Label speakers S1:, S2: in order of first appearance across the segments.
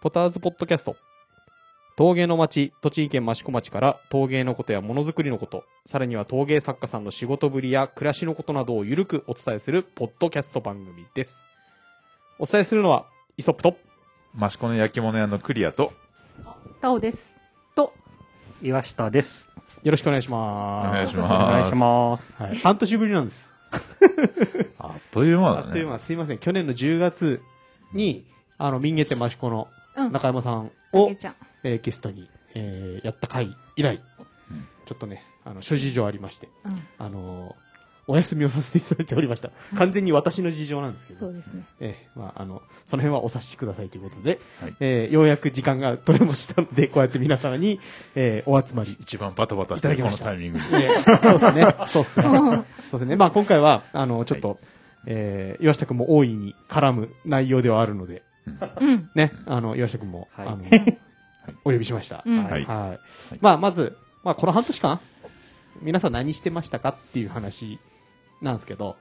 S1: ポターズポッドキャスト。陶芸の町、栃木県益子町から陶芸のことやものづくりのこと、さらには陶芸作家さんの仕事ぶりや暮らしのことなどをゆるくお伝えするポッドキャスト番組です。お伝えするのは、イソップと、
S2: 益子の焼き物屋のクリアと、
S3: タオです。と、
S4: 岩下です。
S1: よろしくお願いし
S2: お
S1: ます。
S2: 願いし
S4: お
S2: ます。
S4: 願いします。
S1: はい、半年ぶりなんです。
S2: す。あっという間だ
S1: あ
S2: ね。
S1: っという間、すいません。去年の10月に、あの、民芸店益子の
S3: うん、
S1: 中山さん
S3: お
S1: を
S3: け、ちゃん。
S1: えーゲストに、えーやった回以来、
S2: うん
S1: ちょっとね、あの、諸事情ありまして、
S3: うん、
S1: あのーお休みをさせていただいておりました。完全に私の事情なんですけ
S3: そ
S1: ど、
S3: うですね。
S1: えーまあ、あの、その辺はお察しくださいということで、
S2: はい
S1: えーようやく時間が取れましたので、こうやって皆様に、えーお集まり
S2: 一番バタバタして
S1: いた
S2: る
S1: だきま
S2: この
S1: した
S2: タイミングで。
S1: ええそうですね。そうですねそ
S3: うん。
S1: うですね。まあ今回は、あの、ちょっと、えー岩下くんも大いに絡む内容ではあるので、
S3: うん。
S1: ね、あの、岩下くんも、
S4: はい
S1: あの、 お呼びしました。
S3: うん
S2: はい
S1: はいまあまず、まあこの半年間、皆さん何してましたかっていう話なんですけど、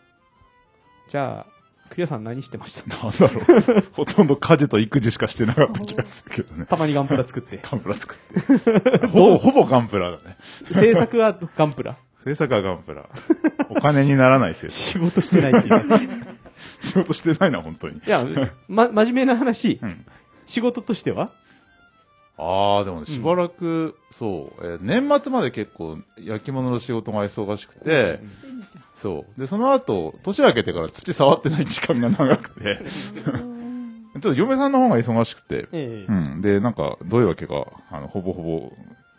S1: じゃあ、クリアさん何してました
S2: なんだろう。ほとんど家事と育児しかしてなかった気がするけどね。
S1: たまにガンプラ作って。
S2: ガンプラ作って。ほぼ、ほぼガンプラだ ね。
S1: 制作はガンプラ。
S2: 制作はガンプラ。お金にならない制 作。
S1: 仕事してないっていう。
S2: 仕事してないな、本当に。
S1: いや、ま、真面目な話、
S2: うん
S1: 仕事としては
S2: ああ、でもね、しばらく、そう、えー年末まで結構焼き物の仕事が忙しくて、そう。で、その後、年明けてから土触ってない時間が長くて、ちょっと嫁さんの方が忙しくて、
S1: ええ
S2: うん。で、なんか、どういうわけか、あの、ほぼほぼ、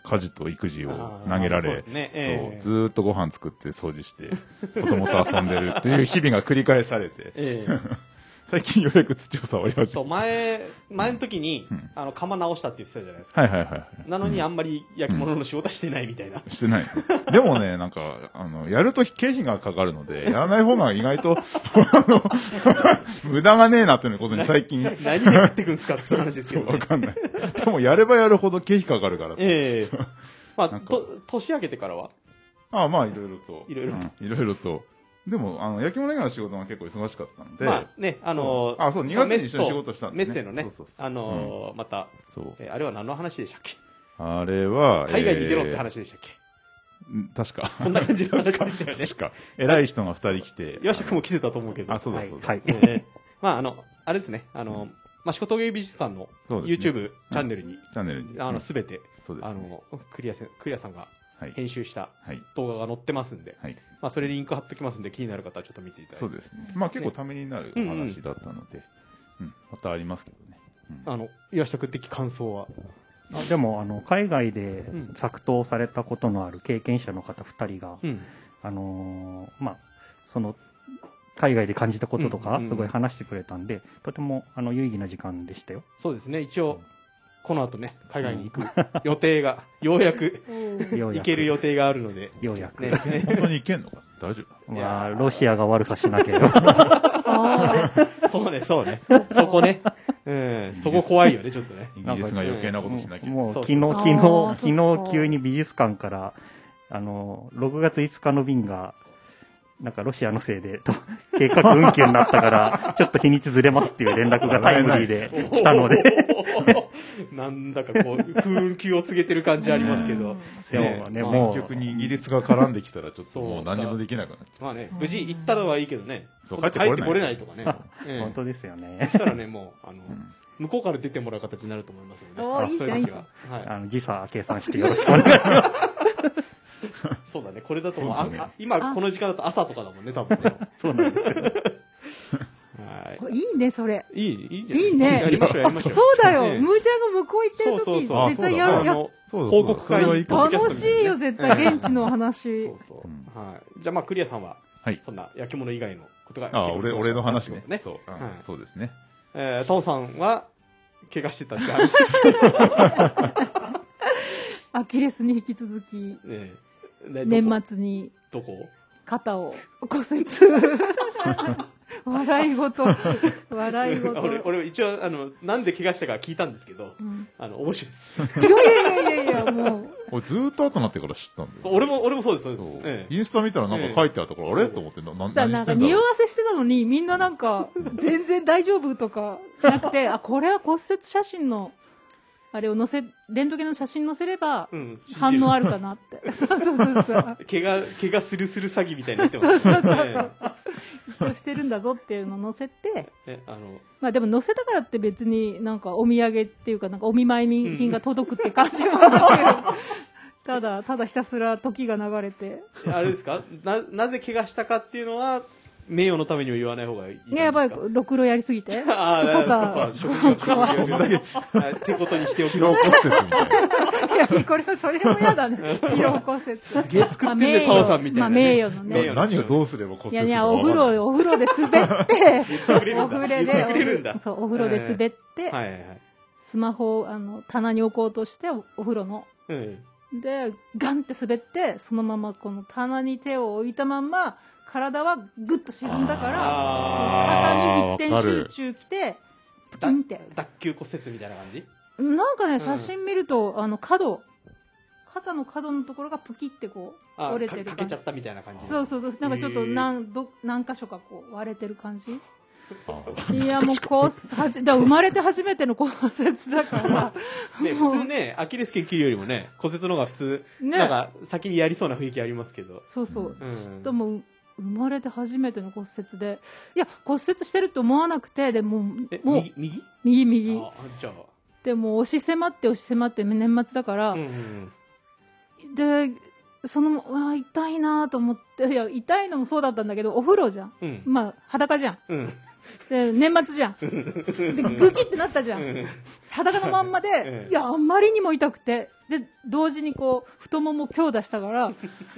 S2: 家事と育児を投げら
S1: あーそうで
S2: れ、
S1: す
S2: そう
S1: ねええ
S2: ずーっとご飯作って掃除して、子供と遊んでるっていう日々が繰り返されて、
S1: え
S2: 最近ようやく土を触り
S1: え
S2: 始
S1: そう
S2: め
S1: 前前の時に、
S2: うん
S1: あの釜直したって言ってたじゃないですか、
S2: はいはいはい。
S1: なのに
S2: うん
S1: あんまり焼き物の仕事はしてないみたいな、
S2: してない。でもね、なんか、あの、やると経費がかかるので、やらない方が意外と、あの、 無駄がねえなっていうことに最近、
S1: 何で食ってくんですかって話ですけど、
S2: わ
S1: ね、
S2: かんない。でも、やればやるほど経費かかるから。
S1: ええまあ
S2: なんか
S1: と年明けてからは
S2: ああまあ、いろいろと。
S1: いろいろと
S2: うんいろいろと。でも、あの、焼き物以外の仕事が結構忙しかったんで、
S1: まあねあの
S2: そうあそう
S1: ま
S2: 2月に一緒に仕事したん
S1: メ
S2: で
S1: ッ
S2: ね
S1: セのね
S2: そうそうそう
S1: あのーまた、
S2: そう。
S1: えーあれは何の話でしたっけ
S2: あれは、
S1: 海外に出ろって
S2: えー
S1: 話でしたっけ、
S2: うん確か。
S1: そんな感じの話でしたよね
S2: 確か。偉い人が2人来て。
S1: 岩下君も来てたと思うけど
S2: あ、そうだそうだ。
S4: はい。
S1: ええまああのあれですねあの、まあ、仕事芸美術館の
S2: そうですね
S1: YouTube チャンネルに、
S2: チャンネルに。
S1: あ
S2: う
S1: の
S2: ん
S1: 全て、
S2: そうですね
S1: あのクリアせクリアさんが
S2: はい。
S1: 編集した
S2: はい。
S1: 動画が載ってますんで、
S2: はい。
S1: まあ、それリンク貼っときますんで気になる方はちょっと見ていただいて
S2: そうですね。まあ結構ためになるお話だったので、うん、またありますけどね。
S1: あの岩下君的感想は
S4: あでも、あの、海外で
S1: ん
S4: 作刀されたことのある経験者の方2人が、
S1: うん
S4: あのーまあ、その、海外で感じたことと
S1: うん
S4: か
S1: うんうん、
S4: すごい話してくれたんで、とても、あの、有意義な時間でした よ。
S1: そうですね一応この後ね海外に行く予定がようやく
S4: よ
S1: 行
S4: うや
S1: ける
S4: く。
S1: 予定があるので、
S4: ようやく。
S1: ね、
S2: 本当にいけんのか大丈夫
S4: まあ、
S1: いやー
S4: ロシアが悪さしなければ。
S3: あ
S1: そうねそうねそこね、うん、そこ怖いよねちょっとね
S2: イギリスが余計なことしなきゃ。
S4: もう、
S1: そう
S4: 昨
S1: そう
S4: 日、昨
S3: あー
S4: 日、
S3: そっ
S4: 昨
S3: か
S4: 日急に美術館から、あの、6月5日の便が、なんかロシアのせいで、と計画運休になったから、ちょっと日にちずれますっていう連絡がタイムリーで来たので、
S1: なんだかこう空気を告げてる感じありますけど、
S4: 今日 はね、
S1: まあ
S4: も
S2: 結局
S4: う、
S2: にイギリスが絡んできたらちょっともう何もできなくなっちゃ
S1: まあね、無事行ったのはいいけどね、
S2: そう
S1: 帰って
S2: 帰ってこれない
S1: これないとかね、ええ
S4: 本当ですよね
S1: そ。したらね、もう、あの、
S2: ん
S1: 向こうから出てもらう形になると思いますので、
S3: おーいいじ
S1: そ
S3: ゃん
S1: うう時ははい。
S4: あの、時差計算してよろしくお願いします。
S1: そうだね、これだともう、
S2: そう
S1: あ
S2: だね
S1: あ今
S3: あ
S1: この時間だと朝とかだもんね、多分ね。
S4: そうなんですよ。
S1: はい
S3: ーいいね、それ。
S1: いい、いいじゃん。
S3: いいね
S1: やりましょう、やりましょ。
S3: そううだ
S1: ええ
S3: よ。ムーちゃんが向こう行ってる
S1: そうそう
S3: 時
S1: そう
S3: 絶対や
S2: あそ
S3: る
S2: う
S3: や
S2: だ
S3: っ
S2: そうだ
S1: 報告会
S2: それはいいこと
S1: ポッドキャスト
S3: 楽
S1: み
S3: した
S1: いない
S3: よ、絶対。現地の
S1: そ
S3: 話
S1: う。そうう。
S2: ん
S1: はい。じゃあ、まあ、クリアさんは、
S2: はい
S1: そんな焼き物以外のことが。
S2: ああ、俺、俺の話ね。
S1: ね。
S2: そう、うん
S1: はい
S2: そうですね。
S1: えー、タオさんは、怪我してたって話ですけど
S3: アキレスに引き続き、
S1: ね。
S3: 年末に
S1: 末。どこ
S3: 肩を骨折。笑い事。笑い 事。
S1: 俺、俺一応、あの、なんで怪我したか聞いたんですけど、
S3: うん
S1: あの、面白いです。
S3: いやいやいやいやいや、もう。
S2: 俺ずーっと後になってから知ったんだよ。
S1: 俺も、俺もそうです、そうで
S2: そ
S1: す
S2: う。
S1: ええ
S2: インスタ見たらなんか書いてあったから、
S1: ええ
S2: あれと思ってな、な何
S3: さなんか匂わせしてたのに、みんななん か、全然大丈夫とか、なくて、あ、これは骨折写真の、あれを載せ、レントゲンの写真載せれば、
S1: うん。
S3: 反応あるかなって。そうそうそうそう。
S1: 怪我、怪我するする詐欺みたいになってま
S3: そう
S1: す。
S3: そうそう
S1: え
S3: そう。一応してるんだぞっていうのを載せて、
S1: ええあの、
S3: まあでも載せたからって別になんかお土産っていうかなんかお見舞い品が届くって感じもな く、ただ、ただひたすら時が流れて。
S1: あれですかな、なぜ怪我したかっていうのは、名誉のためにも言わない方がいいですか
S3: ね、やばい、ろくろやりすぎて。ちょっ と
S1: ああ、
S3: 肩、
S1: そう、職業
S3: 壊
S2: こ
S1: 職
S2: ん
S1: 業
S2: だけ
S1: はいってことにしておき
S2: 疲
S1: ま
S2: 労
S1: す。
S2: 骨折みたいな。
S3: いや、これは、それも 嫌だね。疲労骨折。
S1: すげえ作ってんね、
S3: まあ
S1: タオさんみたいなね。
S3: 名誉まあ名誉
S1: 名
S3: の
S1: 誉
S2: 何をどうすれば骨折
S3: い
S2: す
S3: や
S2: る
S3: いや、
S2: か
S3: お
S2: わか
S3: 風
S2: んない
S3: 呂、お風呂で滑 って、
S1: 言ってくれる
S3: お
S1: んだ
S3: 風呂
S1: 言
S3: で、
S1: ってくれるんだ。
S3: そう、お風呂で滑
S1: は
S3: っ
S1: い
S3: て、
S1: はいはい。
S3: スマホをあの棚に置こうとして、おお風呂の。
S1: うん。
S3: で、ガンって滑って、そのままこの棚に手を置いたまんま、体はグッと沈んだから、
S2: あ
S3: 肩
S2: ー
S3: に一
S2: わ
S3: 点
S2: か
S3: 集
S2: る
S3: 中きて、プキンって。
S1: 脱臼骨折みたいな感じ
S3: なんか
S1: ん
S3: ね、写真見ると、あの角、肩の角のところがプキってこう、
S1: あ
S3: 折れてる
S1: か
S3: 感
S1: か
S3: じ
S1: けちゃったみたいな感じ。
S3: そうそうそう、なんかちょっ
S1: へ
S3: と
S1: ー
S3: 何、ど、何箇所かこう割れてる感じ。
S2: あ
S3: いや、もうこう、はじ、だから生まれて初めての骨折 だから、
S1: ね、普通ね、アキレス腱切るよりもね、骨折の方が普通、なん
S3: ね。
S1: か先にやりそうな雰囲気ありますけど。
S3: そうそう
S1: うん。
S3: ちょっともう、生まれて初めての骨折で、いや、骨折してると思わなくて、でも
S1: え、、
S3: もう、
S1: 右右
S3: 右右。
S1: あ、じゃ
S3: でも、押し迫って押し迫って、年末だから
S1: あ。うん、うんうん。
S3: で、その、うわ痛いなと思って、いや、痛いのもそうだったんだけど、お風呂じゃん。
S1: うん。
S3: まあ、裸じゃん。
S1: うん。
S3: で、年末じゃん。 で、グキってなったじゃん。
S1: うん
S3: 裸のまんまで、
S1: ええ
S3: いや、あんまりにも痛くて、で、同時にこう、太ももも強打したから、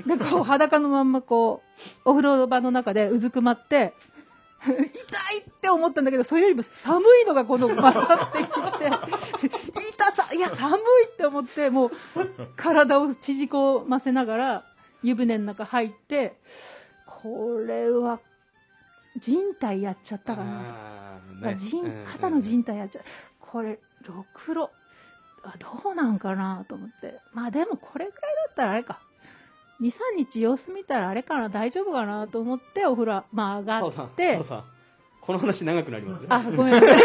S3: で、こう、裸のまんまこう、お風呂場の中でうずくまって、痛いって思ったんだけど、それよりも寒いのがこの勝ってきて、痛さ、いや、寒いって思って、もう、体を縮こませながら、湯船の中入って、これは、人体やっちゃったかな。
S1: あー
S3: まあ
S1: ね
S3: 人
S1: うん
S3: 肩の人体やっちゃうこれろくろあどうなんかなと思ってまあでもこれぐらいだったらあれか23日様子見たらあれかな大丈夫かなと思ってお風呂、まあ、上
S1: タ
S3: が
S1: オさん、
S3: っ
S1: タ
S3: て
S1: オさん、この話長くなりますね。
S3: あごめんごめん
S1: し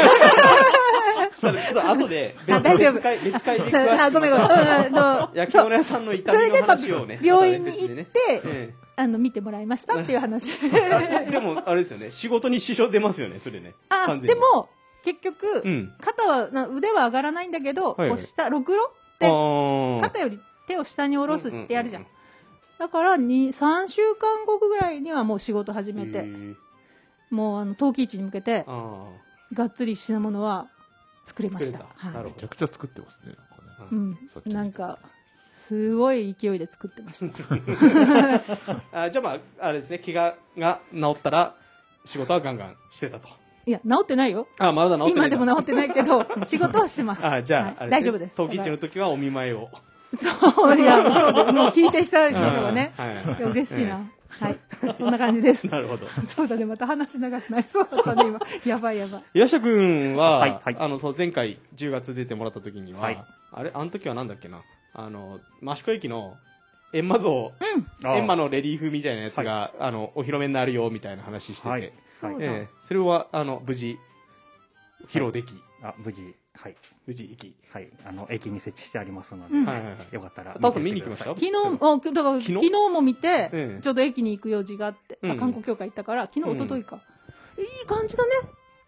S1: たらちょっと後で別
S3: あ大丈夫
S1: 別会別会で 詳しく
S3: あごめんごめんうんどう
S1: 焼き
S3: そう
S1: 物屋さんの痛
S3: そ
S1: み
S3: れ
S1: の
S3: で、まあ
S1: 話をね、
S3: 病院
S1: ま
S3: に
S1: た別
S3: 行って、
S1: ねえ
S3: あの見てもらいましたっていう話
S1: えあでもあれですよね仕事に支障出ますよねそれね
S3: あ
S1: 完全
S3: で
S1: に
S3: も結局、
S1: うん
S3: 肩はな腕は上がらないんだけど、
S1: はいはい
S3: こう下ろくろって肩より手を下に下
S1: 下
S3: ろすってやるじゃんだからに3週間後ぐらいにはもう仕事始めて、もうあの陶器市に向けて
S1: あ
S3: がっつり品物は作りました
S1: 作れた
S3: はい
S1: なる
S2: めちゃくちゃ作ってますね。なんかね
S1: ほど
S3: うん
S2: さっ、き
S3: なんかすごい勢いで作ってました
S1: ーあじゃあまああれですね怪我が治ったら仕事はガンガンしてたと
S3: いや治ってないよ
S1: あまだ治ってな
S3: 今
S1: い
S3: でも
S1: 治
S3: 治ってない けど仕事はしてます
S1: あじゃあ,、
S3: はい大丈夫です
S1: 陶器市の時はお見舞いを
S3: そう いやそうですもう聞いてしたいですよね
S1: はい
S3: いや嬉しいな、はいそんな感じです
S1: なるほど
S3: そうだねまた話長くなりそうだったね今やばいやばい
S1: 岩下君は、
S4: はいはい
S1: あのそう前回10月出てもらった時には、
S4: はい
S1: あれあの時はなんだっけなあの益子駅の閻魔像
S4: あー
S1: 閻魔のレリーフみたいなやつが、あのお披露目になるよみたいな話してて、
S4: はい。は
S3: そう
S4: い
S3: だ
S1: ええそれはあの無事披露でき、
S4: あ、無事、はい。
S1: 無事行き
S4: はい。あの、駅に設置してありますので、
S3: うん
S1: はいはいはい
S4: よかったら。
S1: タオさん見に行きました
S4: 見て
S3: 昨日、あ、だから、
S1: 昨日
S3: 昨日も見て、
S1: ええ
S3: ちょうど駅に行く用事があって、あ
S1: うん
S3: 観光協会行ったから、昨日、
S1: うん
S3: 一昨日か、いい感じだね。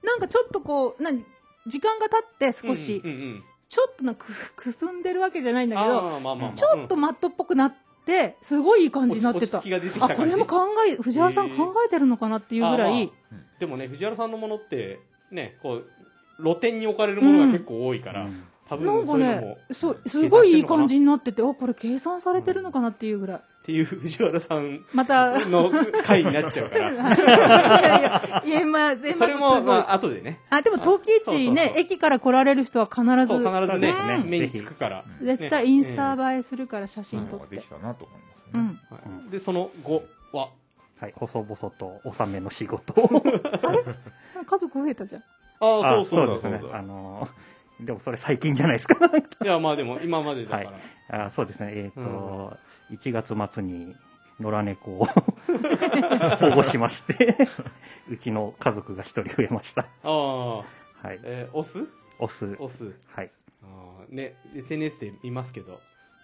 S3: なんかちょっとこう、何、時間が経って少し、
S1: うんうんうん
S3: ちょっとなんかくくすんでるわけじゃないんだけど、
S1: あーまあまあまあ
S3: ちょっとマットっぽくなって、すごいいい感じになって
S1: 落ち
S3: た
S1: 着き。が出てきた
S3: あ、
S1: 感じ
S3: これも考え、藤原さん考えてるのかなっていうぐら
S1: あ
S3: い、
S1: まあでもね藤原さんのものってねこう露店に置かれるものが結構多いから、
S4: うん
S1: 多
S3: な
S1: 分
S3: んか
S1: そういうのも
S3: ね、そう、すごいいい感じになってて、あ、これ計算されてるのかなっていうぐらい。
S1: っていう藤原さん
S3: ま た、
S1: の回になっちゃうか ら。
S3: いやいや、いや、まあ、全
S1: そ
S3: 部
S1: れ
S3: す
S1: も、
S3: ご
S1: ま
S3: い。
S1: あ、後でね。
S3: あ、でも、陶器
S1: そうそう
S3: 市
S1: そう
S3: ね、駅から来られる人は必
S1: そう、
S3: ず、
S1: 必ず
S4: そう
S1: ね
S4: で、すね
S1: 目につくから。
S3: 絶対
S1: ね
S3: インスタ映えするから写真
S2: なん
S3: 撮
S2: か
S3: っ
S2: で
S3: て
S2: き。たなと思いますね。
S3: うん。
S1: はいで、その後は、
S4: はい、細々と納めの仕事を。
S3: 家族増えたじゃん。
S1: ああ、
S4: あ
S1: そうそうだ。
S4: ですね
S2: そう。だ
S4: あのー、でもそれ最近じゃないですか。
S1: いや、まあでも、今までだから。
S4: は あそうですね、えっ、
S1: う
S4: と、1月末に野良猫を 保護しま して、うちの家族が1人増えました。
S1: ああ、
S4: はい。
S1: えー、オス
S4: オス。
S1: オス。
S4: はい。
S1: あーね、SNS で見ますけど、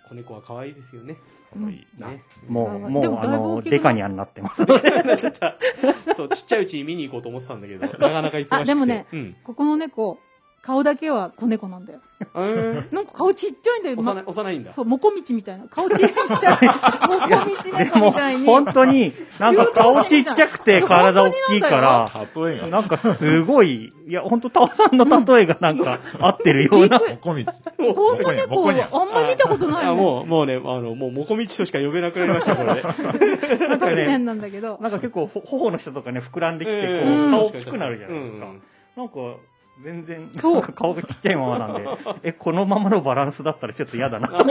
S1: 子猫は可愛いですよね。
S3: うん
S2: はい
S1: ね。
S4: も
S3: あで
S4: う、もう、
S3: も
S4: あ
S3: だいぶ
S4: の
S3: 大きくない
S4: ー、デカニャになってます。
S1: ちょっとそう、ちっちゃいうちに見に行こうと思ってたんだけ ど、なかなか忙しくて。
S3: あでもね
S1: うん。
S3: ここの猫、顔だけは子猫なんだよ。
S1: あー
S3: なんか顔ちっちゃいんだよ、
S1: 幼い
S3: ま、
S1: 幼いんだ。
S3: そう、もこみちみたいな。顔ちっち ゃい。もこみち猫
S4: もう
S3: みたいに。
S4: 本当に、なんか顔ちっちゃくて体大きいから、
S2: 例えが、
S4: なんかすごい、いや、本当タオさんの例えがなんか合ってるよ
S3: び
S4: う
S3: っ
S4: な
S3: く。り
S2: ここみち。
S3: 本当猫、あんま見たことない
S1: あ
S3: よね。
S1: もう、もうね、あの、もう、もこみちとしか呼べなくなりました、これ。
S3: また変なんだけど。
S4: なんか結構、ほ頬の下とかね、膨らんできて、こ
S1: え
S3: う
S4: う、
S1: ー
S4: 顔大きくなるじゃないですか。
S1: うん
S4: なんか、全然、
S3: そう
S4: なんか顔がちっちゃいままな んで、え、このままのバランスだったらちょっと嫌だなと。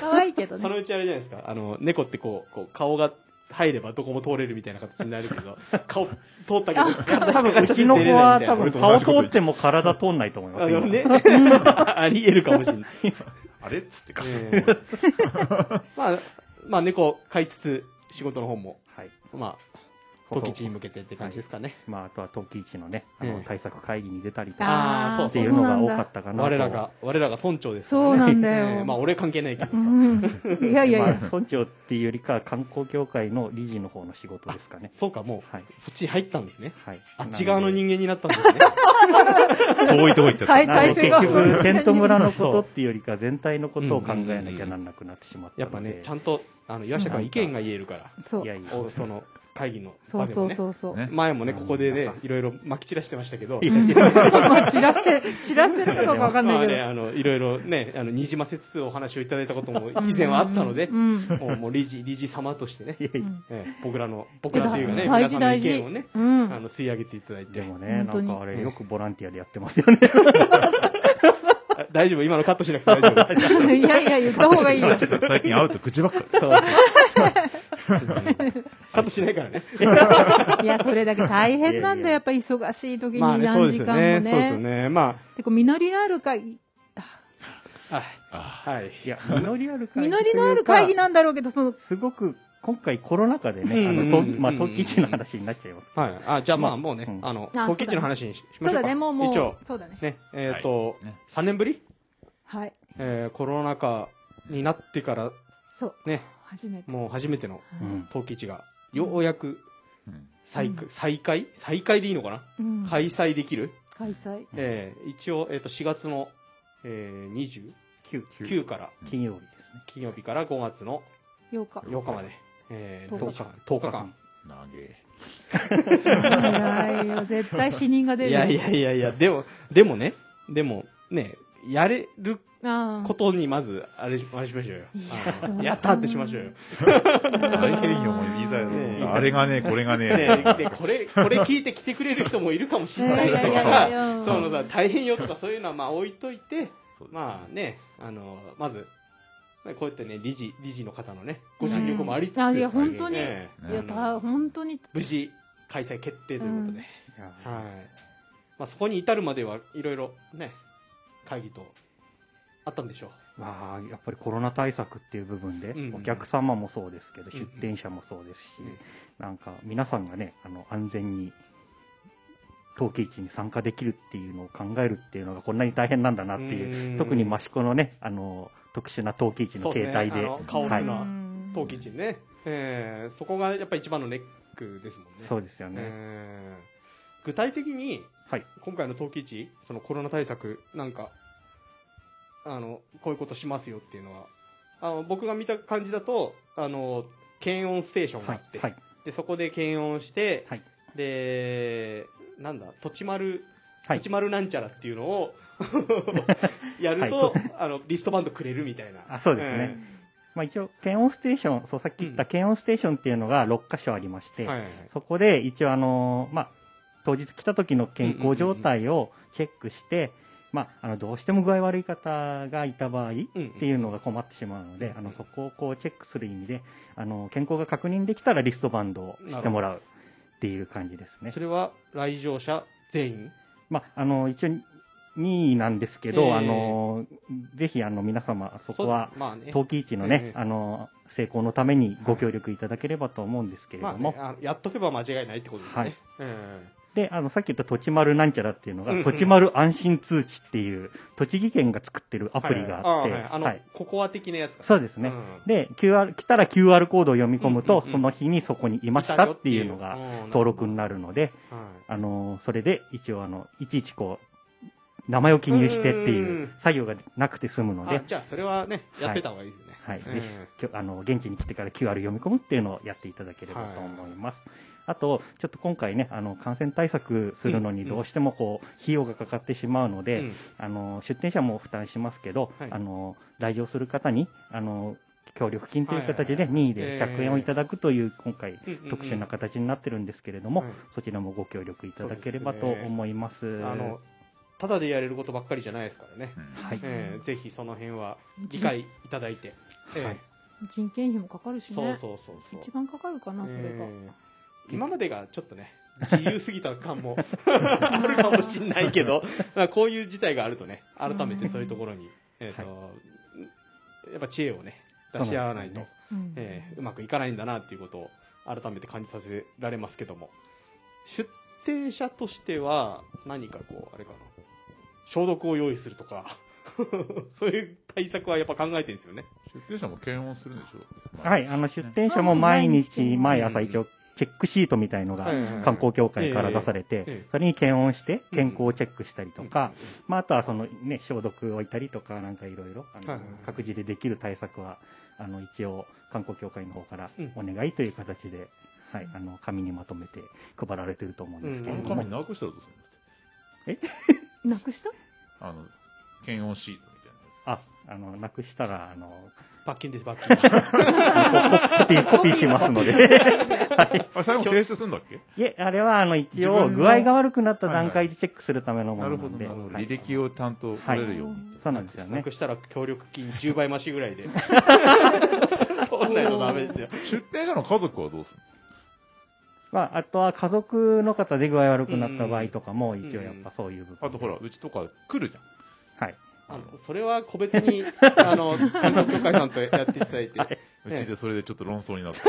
S3: 可愛いけど
S1: その
S3: ね。
S1: うちあれじゃないですか。あの、猫ってこう、こう顔が入ればどこも通れるみたいな形になるけ ど、顔通ったけど、体
S4: 多
S1: が
S4: 分、う
S1: ちょっと
S4: ち
S1: 出
S4: の
S1: れな
S4: 子
S1: い
S4: は
S1: みたい
S4: 多
S1: な
S4: 分、顔通っても体通んないと思います
S1: あの
S4: 今。
S1: ね、 あり得るかもしれない。
S2: あれっつってか。
S1: ええ まあ、まあ、猫を飼いつつ、仕事の方も、
S4: はい。
S1: まあ、トキチに向けてって感じですかね。
S4: まあ、あとは冬季市のね、あ
S1: う
S4: の、
S1: ん
S4: 対策会議に出たりとか
S1: あーそう
S4: って
S1: そう
S4: いう
S1: そう
S4: の
S3: な
S4: が
S3: ん
S4: 多
S3: だ
S4: かったかなと。
S1: 我らが、我らが村長ですから
S3: そうなんだ
S1: ええ
S3: よ。
S1: まあ、俺関係ないけど
S3: う
S1: さ。
S3: ん。いやいやいや。
S4: まあ、村長っていうよりか、観光協会の理事の方の仕事ですかね。
S1: そうか、も
S4: はい。
S1: う、そっちに入ったんですね。
S4: はい。
S1: あっち側の
S4: 間
S1: 人間になったんですね。
S2: 遠いとこ行っちゃった。
S3: はい
S4: なの
S3: 再
S4: で
S3: 生
S4: 結
S3: が
S4: 局、テント村のことっていうよりか、全体のことを考えなきゃなんなくなってしまったので。
S1: やっぱね、ちゃんと、あの、岩下君は意見が言えるから、
S3: そう
S4: い。やいや、
S1: おその、会議の
S3: そ
S1: 場
S3: う
S1: で
S3: そ
S1: も
S3: う
S1: ね。
S3: そうそう。
S2: ね
S1: 前もね、ここでね、いろいろ撒き散らしてましたけど、
S3: まあ、散らして、散らしてるかどうかわかん
S1: ま
S3: な
S1: あ
S3: い
S1: ね、
S3: け
S1: あの、いろいろね、あの、にじませつつお話をいただいたことも以前はあったので
S3: ど。う、ん。
S1: もうもう理事、理事様としてね、
S4: いやいや
S1: ええ僕らの、僕らというかね、
S3: いや大事
S1: 皆さんの意見をね、
S3: う
S1: あ
S3: ん。
S1: の、吸い上げていただいて
S4: で。もね、
S3: 本
S4: な
S3: 当
S4: ん
S3: に
S4: かあれ、よくボランティアでやってますよね。
S1: あ大丈夫今のカットしなくて大丈夫
S3: いやいや、言った方がい いよ。
S2: 最近会うと口ばっかり。
S1: そうそう。カットしないから ね。
S3: いや、それだけ大変なんだ
S4: いやいや
S3: よ。やっぱ忙しい時に
S1: まあね、そう
S3: 何
S1: ですよ
S3: 時間も
S1: ね。そうですよ
S3: ね。
S1: ね。ま
S3: で、こう、実りのある会議。
S1: あ、あ
S2: あ
S1: はい。
S4: いや、実りある会議。
S3: 実りのある会議。なんだろうけど、その、
S4: すごく、今回コロナ禍でね、あ
S1: うん
S4: の、
S1: う
S4: と
S1: んうん
S4: まあ、特記地の話になっちゃいます。
S1: はい。あ、じゃあまあ
S4: まあ
S1: もうね
S4: う、ん
S1: あの、
S3: あ
S1: 陶器市の話にししまし
S3: そう
S1: ょうか。
S3: だね、もう、も
S1: 一応
S3: う、、そうだね。
S1: ね、えっと
S2: はいね、
S1: 3年ぶり
S3: はい。
S1: えーコロナ禍になってから
S3: そう、
S1: ね、
S3: 初めて。
S1: もう初めての
S4: うん。
S1: 陶器市が、ようやく
S2: うん
S1: 再
S3: う
S1: 開、再開再開でいいのかな
S3: うん
S1: 開催できる
S3: 開催。
S1: えー一応、えっと、4月の、えー、
S4: 9、
S1: 29から、
S4: 金曜日ですね。
S1: 金曜日から5月の
S3: 8日。
S1: 8日まで、えー、
S3: 10
S1: 10
S3: 日
S1: 日
S3: 間
S1: 間。10日間。
S2: 長え。
S3: 長いよ。絶対死人が出る。
S1: いやいやいやいや、でも、でもね、でもね、やれる
S3: あ
S1: ことにまず、あれ、あれしましょうよ。あの
S3: いや
S1: やったってしましょうよ。
S2: 大変よ、もう言いざ
S1: ねえ
S2: る。あれがね、これがね。
S1: ねで、これ、これ聞いて来てくれる人もいるかもし
S3: い
S1: れな
S3: や
S1: い
S3: いやい
S1: か
S3: やい
S1: ら、
S3: や。
S1: そのさ、大変よとかそういうのはまあ置いといて、
S2: そうです
S1: まあね、あの、まず、こうやってね、理事、理事の方のね、ご尽力もありつつ、
S3: うんあいや本当に
S1: ね
S3: いや、
S1: あ
S3: た
S1: の
S3: 本当に。
S1: 無事開催決定ということで、
S4: いや
S1: はいまあ、そこに至るまではいろいろね会議とあったんでしょ
S4: まあ、やっぱりコロナ対策っていう部分で
S1: うん、
S4: お客様もそうですけど、
S1: うん
S4: 出店者もそうですし
S1: うん、
S4: なんか、皆さんがね、あの、安全に、陶器市に参加できるっていうのを考えるっていうのがこんなに大変なんだな
S1: う
S4: っていう、
S1: う
S4: 特に益子のね、あの、特殊な陶器市
S1: そ
S4: の
S1: うで
S4: 形
S1: すね
S4: 態で
S1: あのカオス
S4: はい
S1: な
S3: うん
S1: 陶器市ね、えーそこがやっぱり一番のネックですもんね
S4: そうですよね。
S1: えー具体的に
S4: はい。
S1: 今回の陶器市そのコロナ対策なんかあのこういうことしますよっていうのはあの僕が見た感じだとあの検温ステーションが
S4: は
S1: あっ
S4: い
S1: て、。
S4: はい。
S1: でそこで検温して、
S4: はい
S1: でなんだ土地丸
S4: はい
S1: 土地丸なんちゃらっていうの をやると、あのリストバンドくれるみたいな
S4: あそうですねまあ一応、検温ステーション、そう、さっき言った
S1: う
S4: 検温ステーションっていうのが6カ所ありまして、
S1: えーはいはいはい
S4: そこで一応あのーまあ、当日来た時の健康状態をチェックして、まあ、あの、どうしても具合悪い方がいた場合っ
S1: うん
S4: ていうのが困ってしまうので、あの、そこをこうチェックする意味で、あの、健康が確認できたらリストバンドをしてもらうっていう感じですね
S1: そ。れは来場者全員
S4: まあ、あの、一応2位なんですけど、
S1: ええ
S4: あの、ぜひあの、皆様、そこは
S1: う、まあね
S4: 陶器市のね
S1: え、え
S4: あの、成功のためにご協力いただければと思うんですけれ
S1: ま
S4: ど
S1: あ
S4: も、
S1: ねあのやっとけば間違いないってことですね、
S4: はい
S1: うん
S4: で、あの、さっき言った土地丸なんちゃらっていうのが、
S1: うんうん
S4: 土地丸安心通知っていう、栃木県が作ってるアプリがあって、
S1: はいはいあの、
S4: はい
S1: ココア的なやつか
S4: そうです
S1: う
S4: ね。
S1: ん
S4: で、QR、来たら QR コードを読み込む
S1: うん
S4: と、
S1: うんうん
S4: その日にそこにいましたっていうのが登録になるので、あの、それで一応あの、いちいちこう、名前を記入してっていううん作業がなくて済むの
S1: あ
S4: で、
S1: じゃあそれはねやってた方がいいですね、
S4: はい、
S1: うん
S4: ぜひきょあの現地に来てから QR 読み込むっていうのをやっていただければと思います。あと、ちょっと今回ね、あの感染対策するの
S1: う
S4: に
S1: ん
S4: どうしてもこう、費用がかかってしまうので、
S1: うん
S4: あの出店者も負担しますけど、
S1: はい
S4: あの来場する方にあの協力金という形
S1: はい
S4: で任意
S1: え
S4: で
S1: え
S4: 100円をいただくという、今回、
S1: うんうんうん
S4: 特殊な形になってるんですけれども、
S1: はい
S4: そちらもご協力いただければと
S1: そうですね
S4: 思います。
S1: あのただでやれることばっかりじゃないですからね、
S4: はい、
S1: えーぜひその辺は理解いただいて、え
S4: はい
S3: 人件費もかかるし
S1: ー
S3: ね
S1: そうそうそうそう
S3: 一番かかるかなそれが、
S1: えー今までがちょっとね自由すぎた感もあるかもしれないけどまあこういう事態があるとね改めてそういうところに、えーとやっぱ知恵をね出し合わないと
S4: そうう,、
S3: うん
S1: えーうまくいかないんだなっていうことを改めて感じさせられますけども出店者としては何かこうあれかな消毒を用意するとか そういう対策はやっぱ考えてるんですよね。
S2: 出店者も検温するんでしょ
S4: はい、あの出店者も毎日、毎朝一応、チェックシートみたいのが
S1: はいはいはい
S4: 観光協会から出され
S1: え
S4: て
S1: え、
S4: それに検温して健康をチェックしたりとか、まあ、あとはそのね、消毒を置いたりとか、なんかいろいろ、あ
S1: はい
S4: の
S1: はいはい
S4: 各自でできる対策は、あの、一応、観光協会の方から
S1: うん
S4: お願いという形で、はい、あの、紙にまとめて配られてると思うんですけ
S2: あ
S4: れ
S2: の
S4: ども
S2: 紙、なくしたらどうするんですか
S3: なくした
S2: あの、検温シートみたいなや
S4: あ、あの、なくしたら、あの、
S1: 罰金です、罰金。
S4: コピー、コピーしますので。
S2: つ。あ、最後提出するんだっけ
S4: いえ、あれは、あの、一
S2: 自
S4: 応、
S2: 分の
S4: 具合が悪くなった段階でチェックするためのも
S2: なるほ
S4: の
S2: ど、
S4: なん
S2: な
S4: で、
S2: るほど。
S4: はい
S2: 履歴をちゃんと取れるように。
S4: そうなんですよ
S1: な
S4: ね
S1: く。したら協力金10倍増しぐらいで。取んないとダメですよ。
S2: 出店者の家族はどうする
S4: まあ、あとは家族の方で具合悪くなった場合とかも、
S1: ん
S4: 一応やっぱそういう部分で。
S2: のあとほら、うちとか来るじゃん。
S4: はい。
S1: あのそれは個別に、あの、観光協会さんとやっていただいて。
S2: うちでそれでちょっと論 争になって。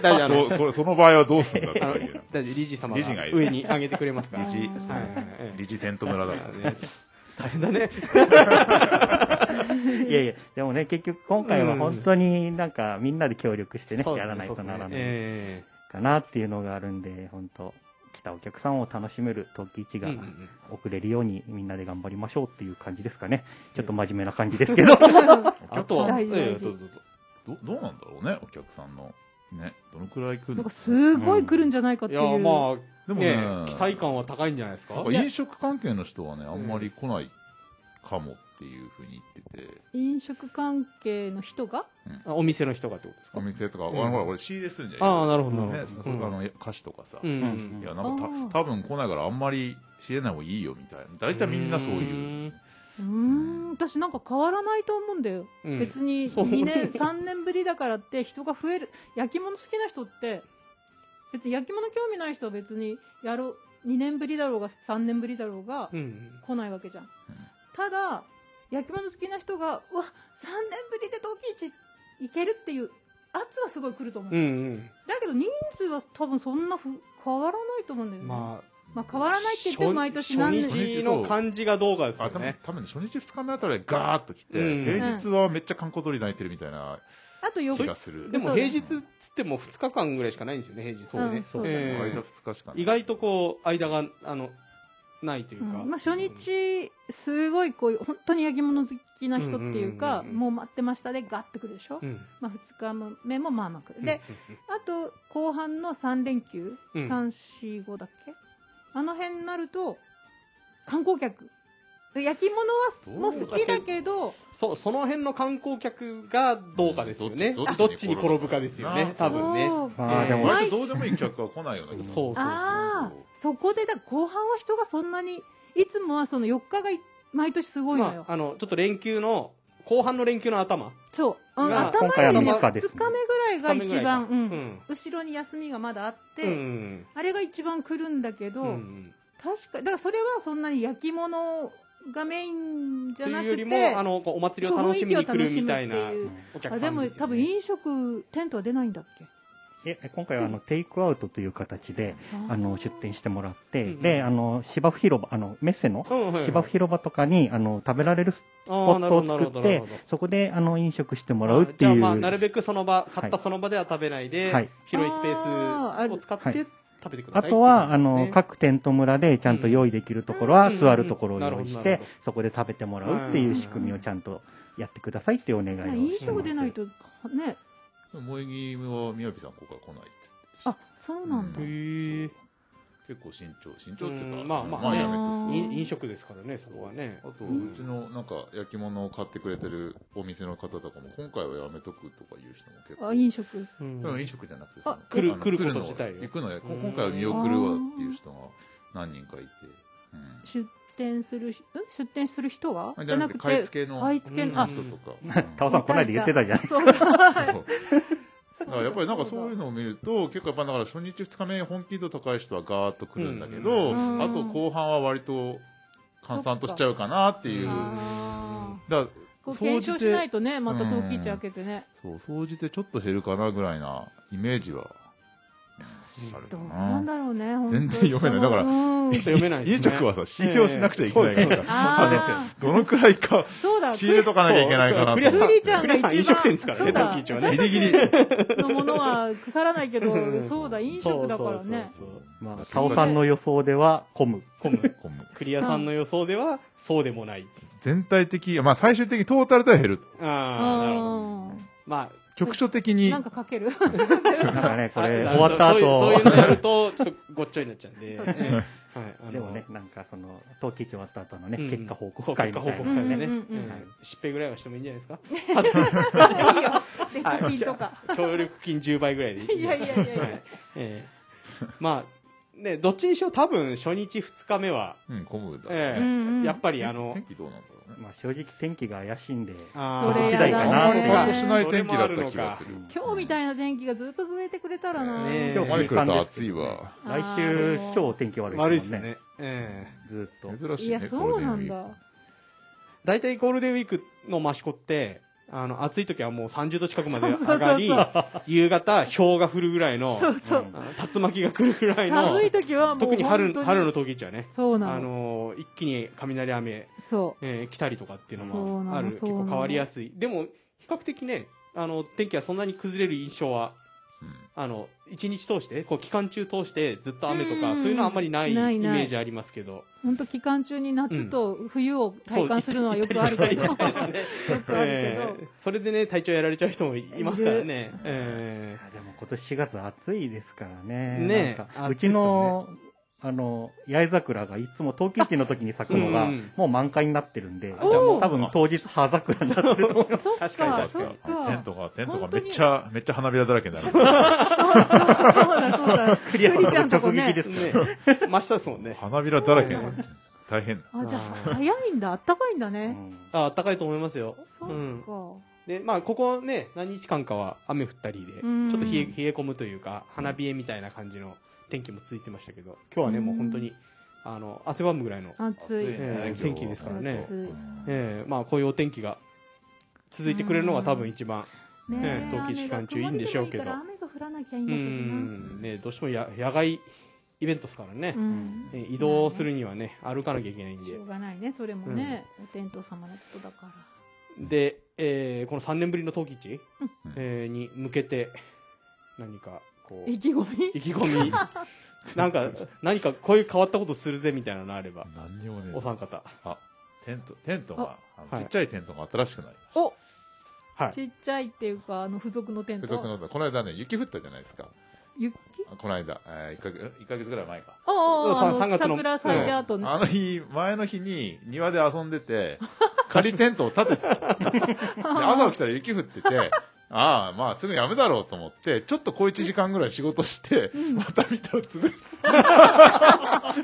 S1: 大丈夫、あ
S2: ど
S1: の
S2: うそれその場合はどうするんだって
S1: あの
S2: いう。
S1: 大丈夫、理事様
S2: 理事が
S1: が
S2: いる
S1: 上に上げてくれますから。
S2: 理事、
S1: はい
S2: 理事テント村だから。
S1: ね大変だね。
S4: いやいや、でもね、結局今回は本当になんかみんなで協力してね、
S1: そうで
S4: や
S1: すね
S4: らないとなら
S1: そうですね
S4: ない
S1: え
S4: かなっていうのがあるんで、本当来たお客さんを楽しめる陶器市
S1: え
S4: が
S1: うんうんうん
S4: 遅れるようにみんなで頑張りましょうっていう感じですかね。ちょっと真面目な感じですけ ど。
S1: あとは、
S3: 大事
S1: ええ
S3: 大事
S1: どうぞどうぞ
S2: どどうなんだろうね、お客さんの。ね、どのくらい来る
S3: な
S2: の
S3: んかすごい来るんじゃないかっ
S1: い
S3: ていう、
S1: や、まあ、
S2: でもね
S1: ね、期待感は高いんじゃないですか
S2: なんか飲食関係の人はね、あんまり来ないかもっていうふうに言ってて、
S3: 飲食関係の人が
S1: あお店の人がってことですか
S2: お店とか、
S1: うん
S2: あのほら、俺仕入れするんじゃん。
S1: ああ、なるほど、な
S2: ね
S1: る、ほ
S2: それからあ
S1: ど。
S2: の、菓子とかさ、
S1: う
S2: い
S1: ん。う
S4: い
S2: や、
S1: ん
S2: なん
S3: あ
S2: か
S3: ー
S2: た多分来ないからあんまり仕入れない方がいいよみたいな。大体みんなそういう。
S3: うーん私なんか変わらないと思うんだよ、
S1: うん。
S3: 別に
S1: そう
S3: 2年3年ぶりだからって人が増える焼き物好きな人って別に焼き物興味ない人は別にやろう2年ぶりだろうが3年ぶりだろうが
S1: うん。
S3: 来ないわけじゃん、ただ焼き物好きな人がうわ3年ぶりで陶器市行けるっていう圧はすごい来ると思う、
S1: うんうん。
S3: だけど人数は多分そんなふ変わらないと思うんだよね、
S1: まあ、
S3: まあ変わらないって言っても毎年何
S1: 初
S3: 年
S1: 日の感じがどうかですよ
S2: あ、多分
S1: ね、。
S2: 多分ね初日二日目あたりでガーッと来て、
S1: うん
S2: 平日はめっちゃ観光鳥泣いてるみたいな
S3: あとよ
S2: 気
S3: く
S2: がする。
S1: でも
S3: そう
S1: 平
S3: で
S1: 日っつっても2日間ぐらいしかないんですよね、平日
S3: う
S1: はね
S3: ん。そうだね
S2: 間
S1: ええ
S2: 二日しかない
S1: 意。外とこう、間が、あの、ないというか。
S3: まあ、初日すごいこういう本当に焼き物好きな人っていうか、
S1: うんうんうんうん
S3: もう待ってましたでガッとくるでしょ、
S1: うん。
S3: まあ、2日目もまあまあ来る、であと後半の3連休、
S1: うん
S3: 345だっけあの辺になると観光客焼き物はもう好きだけど
S1: そう、その辺の観光客がどうかですよね。
S2: どっち
S1: どっちに転ぶかですよね、
S2: ど
S1: 多
S2: っちに転ぶか
S1: 分ね。
S3: そう
S4: まあでも、
S2: 割とどうでもいい客は来ないような気がする
S1: そうそうそうそう
S3: ああそこでだ後半は人がそんなにいつもはその4日がい毎年すごいのよ
S1: ま。あ、あの、ちょっと連休の、後半の連休の頭。
S3: そう。うん、
S1: まあ
S3: 頭
S4: 今回
S3: よ
S4: は
S3: りね、
S4: 三日です
S3: 2日
S4: ね
S3: 目ぐらいが一
S1: 二
S3: 番、う
S1: 日目
S3: ん
S1: ぐらいか
S3: 後ろに休みがまだあっ
S1: うん。
S3: て、
S1: ん。
S3: あれが一番来るんだけど、
S1: うん
S3: 確か、だからそれはそんなに焼き物がメインじゃな
S1: っていう
S3: く
S1: よ
S3: て、
S1: りも、あの、こうお祭りを楽しみに来るみたいな
S3: そう雰囲気を楽しむっていう
S1: お
S3: あ
S1: 客
S3: で
S1: さん
S3: も
S1: ですよね
S3: 多分飲食、テントは出ないんだっけ
S4: え今回はあのテイクアウトという形であの出店してもらって、
S1: うん
S4: であの芝生広場あのメッセの
S1: うんはいはい
S4: 芝生広場とかにあの食べられるス
S1: あ
S4: ポ
S1: ー
S4: ッ
S1: な
S4: ト
S1: るほ
S4: を
S1: どなるほど
S4: 作っ
S1: なる
S4: て
S1: ほど
S4: そこであの飲食してもらうってい
S1: あじ
S4: う
S1: ゃあまあなるべくその場買ったその場では食べないで、
S4: はい
S1: 広いスペースを使っ
S4: あーあ
S1: て食べてくだ
S4: あ
S1: さい
S4: とは、あ
S1: っていうことです
S4: の
S1: ね、
S4: 各テント村でちゃんと用意できるところ
S1: う
S4: は
S1: ん
S4: 座るところを用意
S1: うんなるほど
S4: し
S1: なる
S4: て
S1: ほど、
S4: そこで食べてもらうっていう仕組みをちゃんとやってくださいっていうお願いを
S3: まあ
S4: し
S3: 飲
S4: てま
S3: 食
S4: す。
S3: 出ないと、ね、
S2: 萌木は宮城さんここから来ないって
S3: あ、そうなんだ。
S1: へー
S2: そう結構慎重慎重っていう
S1: う
S2: か
S1: んまあまあ
S2: やめ
S3: うん
S2: て
S1: 飲飲食ですからねそこはね
S2: あと
S3: う
S2: うんちのなんか焼き物を買ってくれてるお店の方とかも今回はやめとくとかいう人も結構
S3: あ飲食。
S1: うん
S2: うん飲食じゃなくて
S3: あ
S2: そ
S1: 来
S2: の
S1: る
S2: あの
S1: 来ること
S2: の
S1: 自体を
S2: 行くのよこ
S1: うん
S2: 今回は見送るわっていう人が何人かいて、う
S3: 出店する、ん出店する人が
S2: ん、
S3: じゃなくて、
S2: 買い付けの
S3: 買い付け
S1: う
S3: の、
S1: ん
S3: あ、
S2: 人とか、うん
S4: タオさん、こないで言ってたじゃないですか。
S3: そうだ。
S2: そうだからやっぱりなんかそういうのを見ると結構やっぱだから初日2日目本気度高い人はガーッと来るんだけど、
S3: うん
S2: あと後半は割と閑散としちゃうかなっていう
S1: そっ
S2: だか
S3: あー
S2: ら
S3: こう
S2: 総
S3: 検
S2: じて
S3: 証しないとね、また冬季地開けてね。
S2: そう総じてちょっと減るかなぐらいなイメージはある
S3: ど
S2: か
S3: うな
S2: なん
S3: だろうね、本当
S2: 全然読めないだから
S3: うん
S1: ちょっと読めないです
S2: 飲
S1: ね
S2: 食はさ信用しなくちゃいけない
S1: ええ
S2: か
S1: そう
S2: ら、
S1: で
S3: あ
S2: どのくらいか
S3: あ、そうだ。
S2: 仕入れとかなきゃいけないかな
S1: クリア
S3: クリちゃんが一
S1: クリアさん飲
S3: 番、
S1: 食店ですからね
S3: そうだ
S1: ドンキーチはね
S2: ギリギリ
S3: 私たちのものは腐らないけ
S1: う
S3: ど、
S1: ん
S3: そうだ、飲食だからね。
S1: そうそうそうそう
S4: まあ、
S2: そう
S4: タオさんの予想では混む。
S1: 混む
S2: 混む
S1: クリアさんの予想ではそうでもない
S2: 全体的まあ最終的にトータルでは減る
S1: ああなるほどまあ
S2: 局所的
S3: う
S2: に
S3: んなんかかける
S4: なんかね、これ、
S1: あ
S4: 終わった
S1: そうそういうそういう
S4: 後、
S1: のやるとちょっとごっちゃになっちゃうんで
S3: そう
S1: は
S3: だ
S1: い
S3: ね
S1: あの
S4: でもね、なんかその、冬季期終わった後の
S1: うん
S4: ね、結果報告会みた
S1: そう結果
S4: い
S1: 報
S4: な
S1: 告会ね
S3: うんうんうん
S1: うんしっぺぐらいはしてもいいんじゃないですか
S3: いい よ。デカピンとか。
S1: 協力金10倍ぐらいでい
S3: いやいやいやいや
S1: はいええまあねどっちにしろ多分初日2日目は、
S2: うん混むだろうね、
S1: ええ
S3: うんうん
S1: やっぱりあの
S2: 天気どうなんだろうね
S4: まあ、正直天気が怪しいんで、
S1: あー
S3: それ
S4: やだね
S2: あんまりパッとしない天気だった気がする
S4: うん
S3: 今日みたいな天気がずっと続いてくれたらな。
S1: ね
S4: 今日
S2: 前来ると暑い
S4: わ
S2: わ
S4: 来週、超天気悪
S1: 悪いで
S4: いですすも
S1: ね
S4: んね。
S1: ええ
S4: ずっと。
S2: 珍しいね
S3: いや、そうなんだ。
S1: 大体ゴールデンウィークの益子ってあの暑い時はもう30度近くまで上がり
S3: そうそ
S1: 夕方氷が降るぐらいの
S3: そうそうう。
S1: あの竜巻が来るぐらいの
S3: 寒い時はもう
S1: 特に春
S3: 本当
S1: 春の時じゃね
S3: そうな
S1: あの
S3: の。
S1: 一気に雷雨
S3: そ
S1: えー来たりとかっていうの
S3: そうな
S1: も
S3: の
S1: ある結
S3: そうなの
S1: 構変わりやすいでも比較的ねあの天気はそんなに崩れる印象は
S2: うん
S1: あの一日通してこう期間中通してずっと雨と
S3: う
S1: か
S3: ん
S1: そういうのはあんまりないイメ
S3: ないない
S1: ージありますけど
S3: う。本当期間中に夏と冬を体感するのはよくあるけ ど。
S1: そう
S3: よ くある
S1: え
S3: け
S1: ーそれでね体調やられちゃう人もいますからねえ
S4: いやでも今年4月暑いですからね。
S1: ねえ
S4: なんか
S1: 暑いうです
S4: ち
S1: よね
S4: の、あの、八重桜がいつも冬季市の時に咲くの
S1: う
S4: が、
S1: ん
S4: もう満開になってるんで、
S1: あじゃあもう
S4: 多分当日葉桜になってると思いま
S3: ど。そっ
S1: 確か
S3: か、
S1: に
S3: そっ
S2: テン
S3: か。
S2: トがテント
S3: 本
S2: が
S3: 当
S2: め
S3: に
S2: っちゃめっちゃ花びらだらけになる
S3: そうそうそうだ、そうだ。
S4: す。クリア
S3: 栗ちゃ
S4: さ
S3: ん
S4: ん
S3: と
S4: の
S3: こ
S4: 直
S3: ね
S4: 撃です。
S1: ね真下ですもんね
S2: 花びらだらけになる大変
S3: あ、じゃ
S1: あー
S3: あ、早いんだ。あったかいんだ
S4: う
S3: ね。
S4: ん
S1: あったかいと思いますよ
S3: そっ
S1: ん
S3: か。
S1: でまあここね何日間かは雨降ったりでち
S3: うん
S1: ょっと冷え冷え込むというか花冷えみたいな感じの天気も続いてましたけど今日はね
S3: うん
S1: もう本当にあの汗ばむぐらいの、
S3: 暑い。
S1: えー天気ですからね、
S3: 暑
S1: えーまあこういうお天気が続いてくれるのが多分一番
S3: い。
S1: ね冬季期間中いいんでしょうけど
S3: 雨が曇りでもいいから雨が降らなきゃいいん
S1: う
S3: だけどな。
S1: んねどうしてもや野外イベントですからね
S3: う、ん
S1: えー移動するにはね歩かなきゃいけないん
S3: し
S1: で
S3: ょうがないね、それもね、お天道様のことだから。
S1: で、えーこの3年ぶりの冬季地
S3: うん、
S1: えーに向けて何かこう
S3: 意気込み
S1: 意気込 みなんか何かこういう変わったことするぜみたいなのあれば
S2: 何にもね
S1: お三方
S2: あテントテントがあの
S1: はい
S2: ちっちゃいテントが新しくなりました
S3: お
S1: はい
S3: ちっちゃいっていうか、あの、付属のテン
S2: 付属
S3: ト。
S2: のこの間ね雪降ったじゃないですか
S3: 雪
S2: あこの間えー一ヶ月一ヶ月ぐらい前か
S3: ああああ、あ
S1: さん
S3: の、
S1: 月の
S3: 桜咲いて後ね。
S2: あの日、前の日に庭 で遊んでて、仮テントを立ててた。で朝起きたら雪降ってて、ああ、まあすぐやめだろうと思って、ちょっと小一時間ぐらい仕事して、
S3: うん
S2: また見たら潰れてた。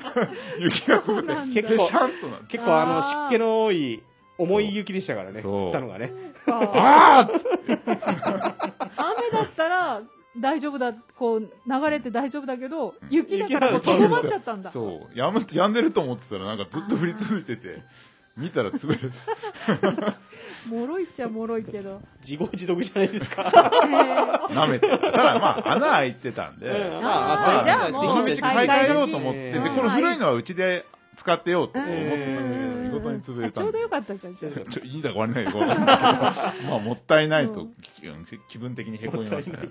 S2: 雪が潰
S3: そう
S2: れて
S3: なんだ
S1: 結
S2: ペ
S1: 構
S2: シャンとなって。
S1: 結構あの
S3: あー
S1: 湿気の多い重い雪でしたからね
S2: そう
S1: 降ったのがね
S3: か
S2: ああっつって
S3: 雨だったら大丈夫だこう流れて大丈夫だけど
S2: うん
S3: 雪だからこう
S1: 雪だ
S3: と
S1: から
S3: どまっちゃったんだ
S2: そう、やむやんでると思ってたらなんかずっと降り続いてて、見たら潰れてた。
S3: もろいっちゃもろい けど、
S1: 自業自得じゃないです か
S3: えー
S2: 舐めてた。ただまあ、穴開いてたんで、
S1: うん
S3: あ
S2: ま
S3: ーじゃあもう
S2: この道買い替えようと思って、で、
S1: 買い替え時
S2: この古いのはうちで使ってようと
S3: うん
S2: 思ってたんで、見事に潰れたんで。
S3: ちょうどよかったじゃんちょうど
S2: ちょいいんだか悪いんだか分かんないけどまあ、もったいないと、
S3: うん
S2: きうん気分的にへこみましたね。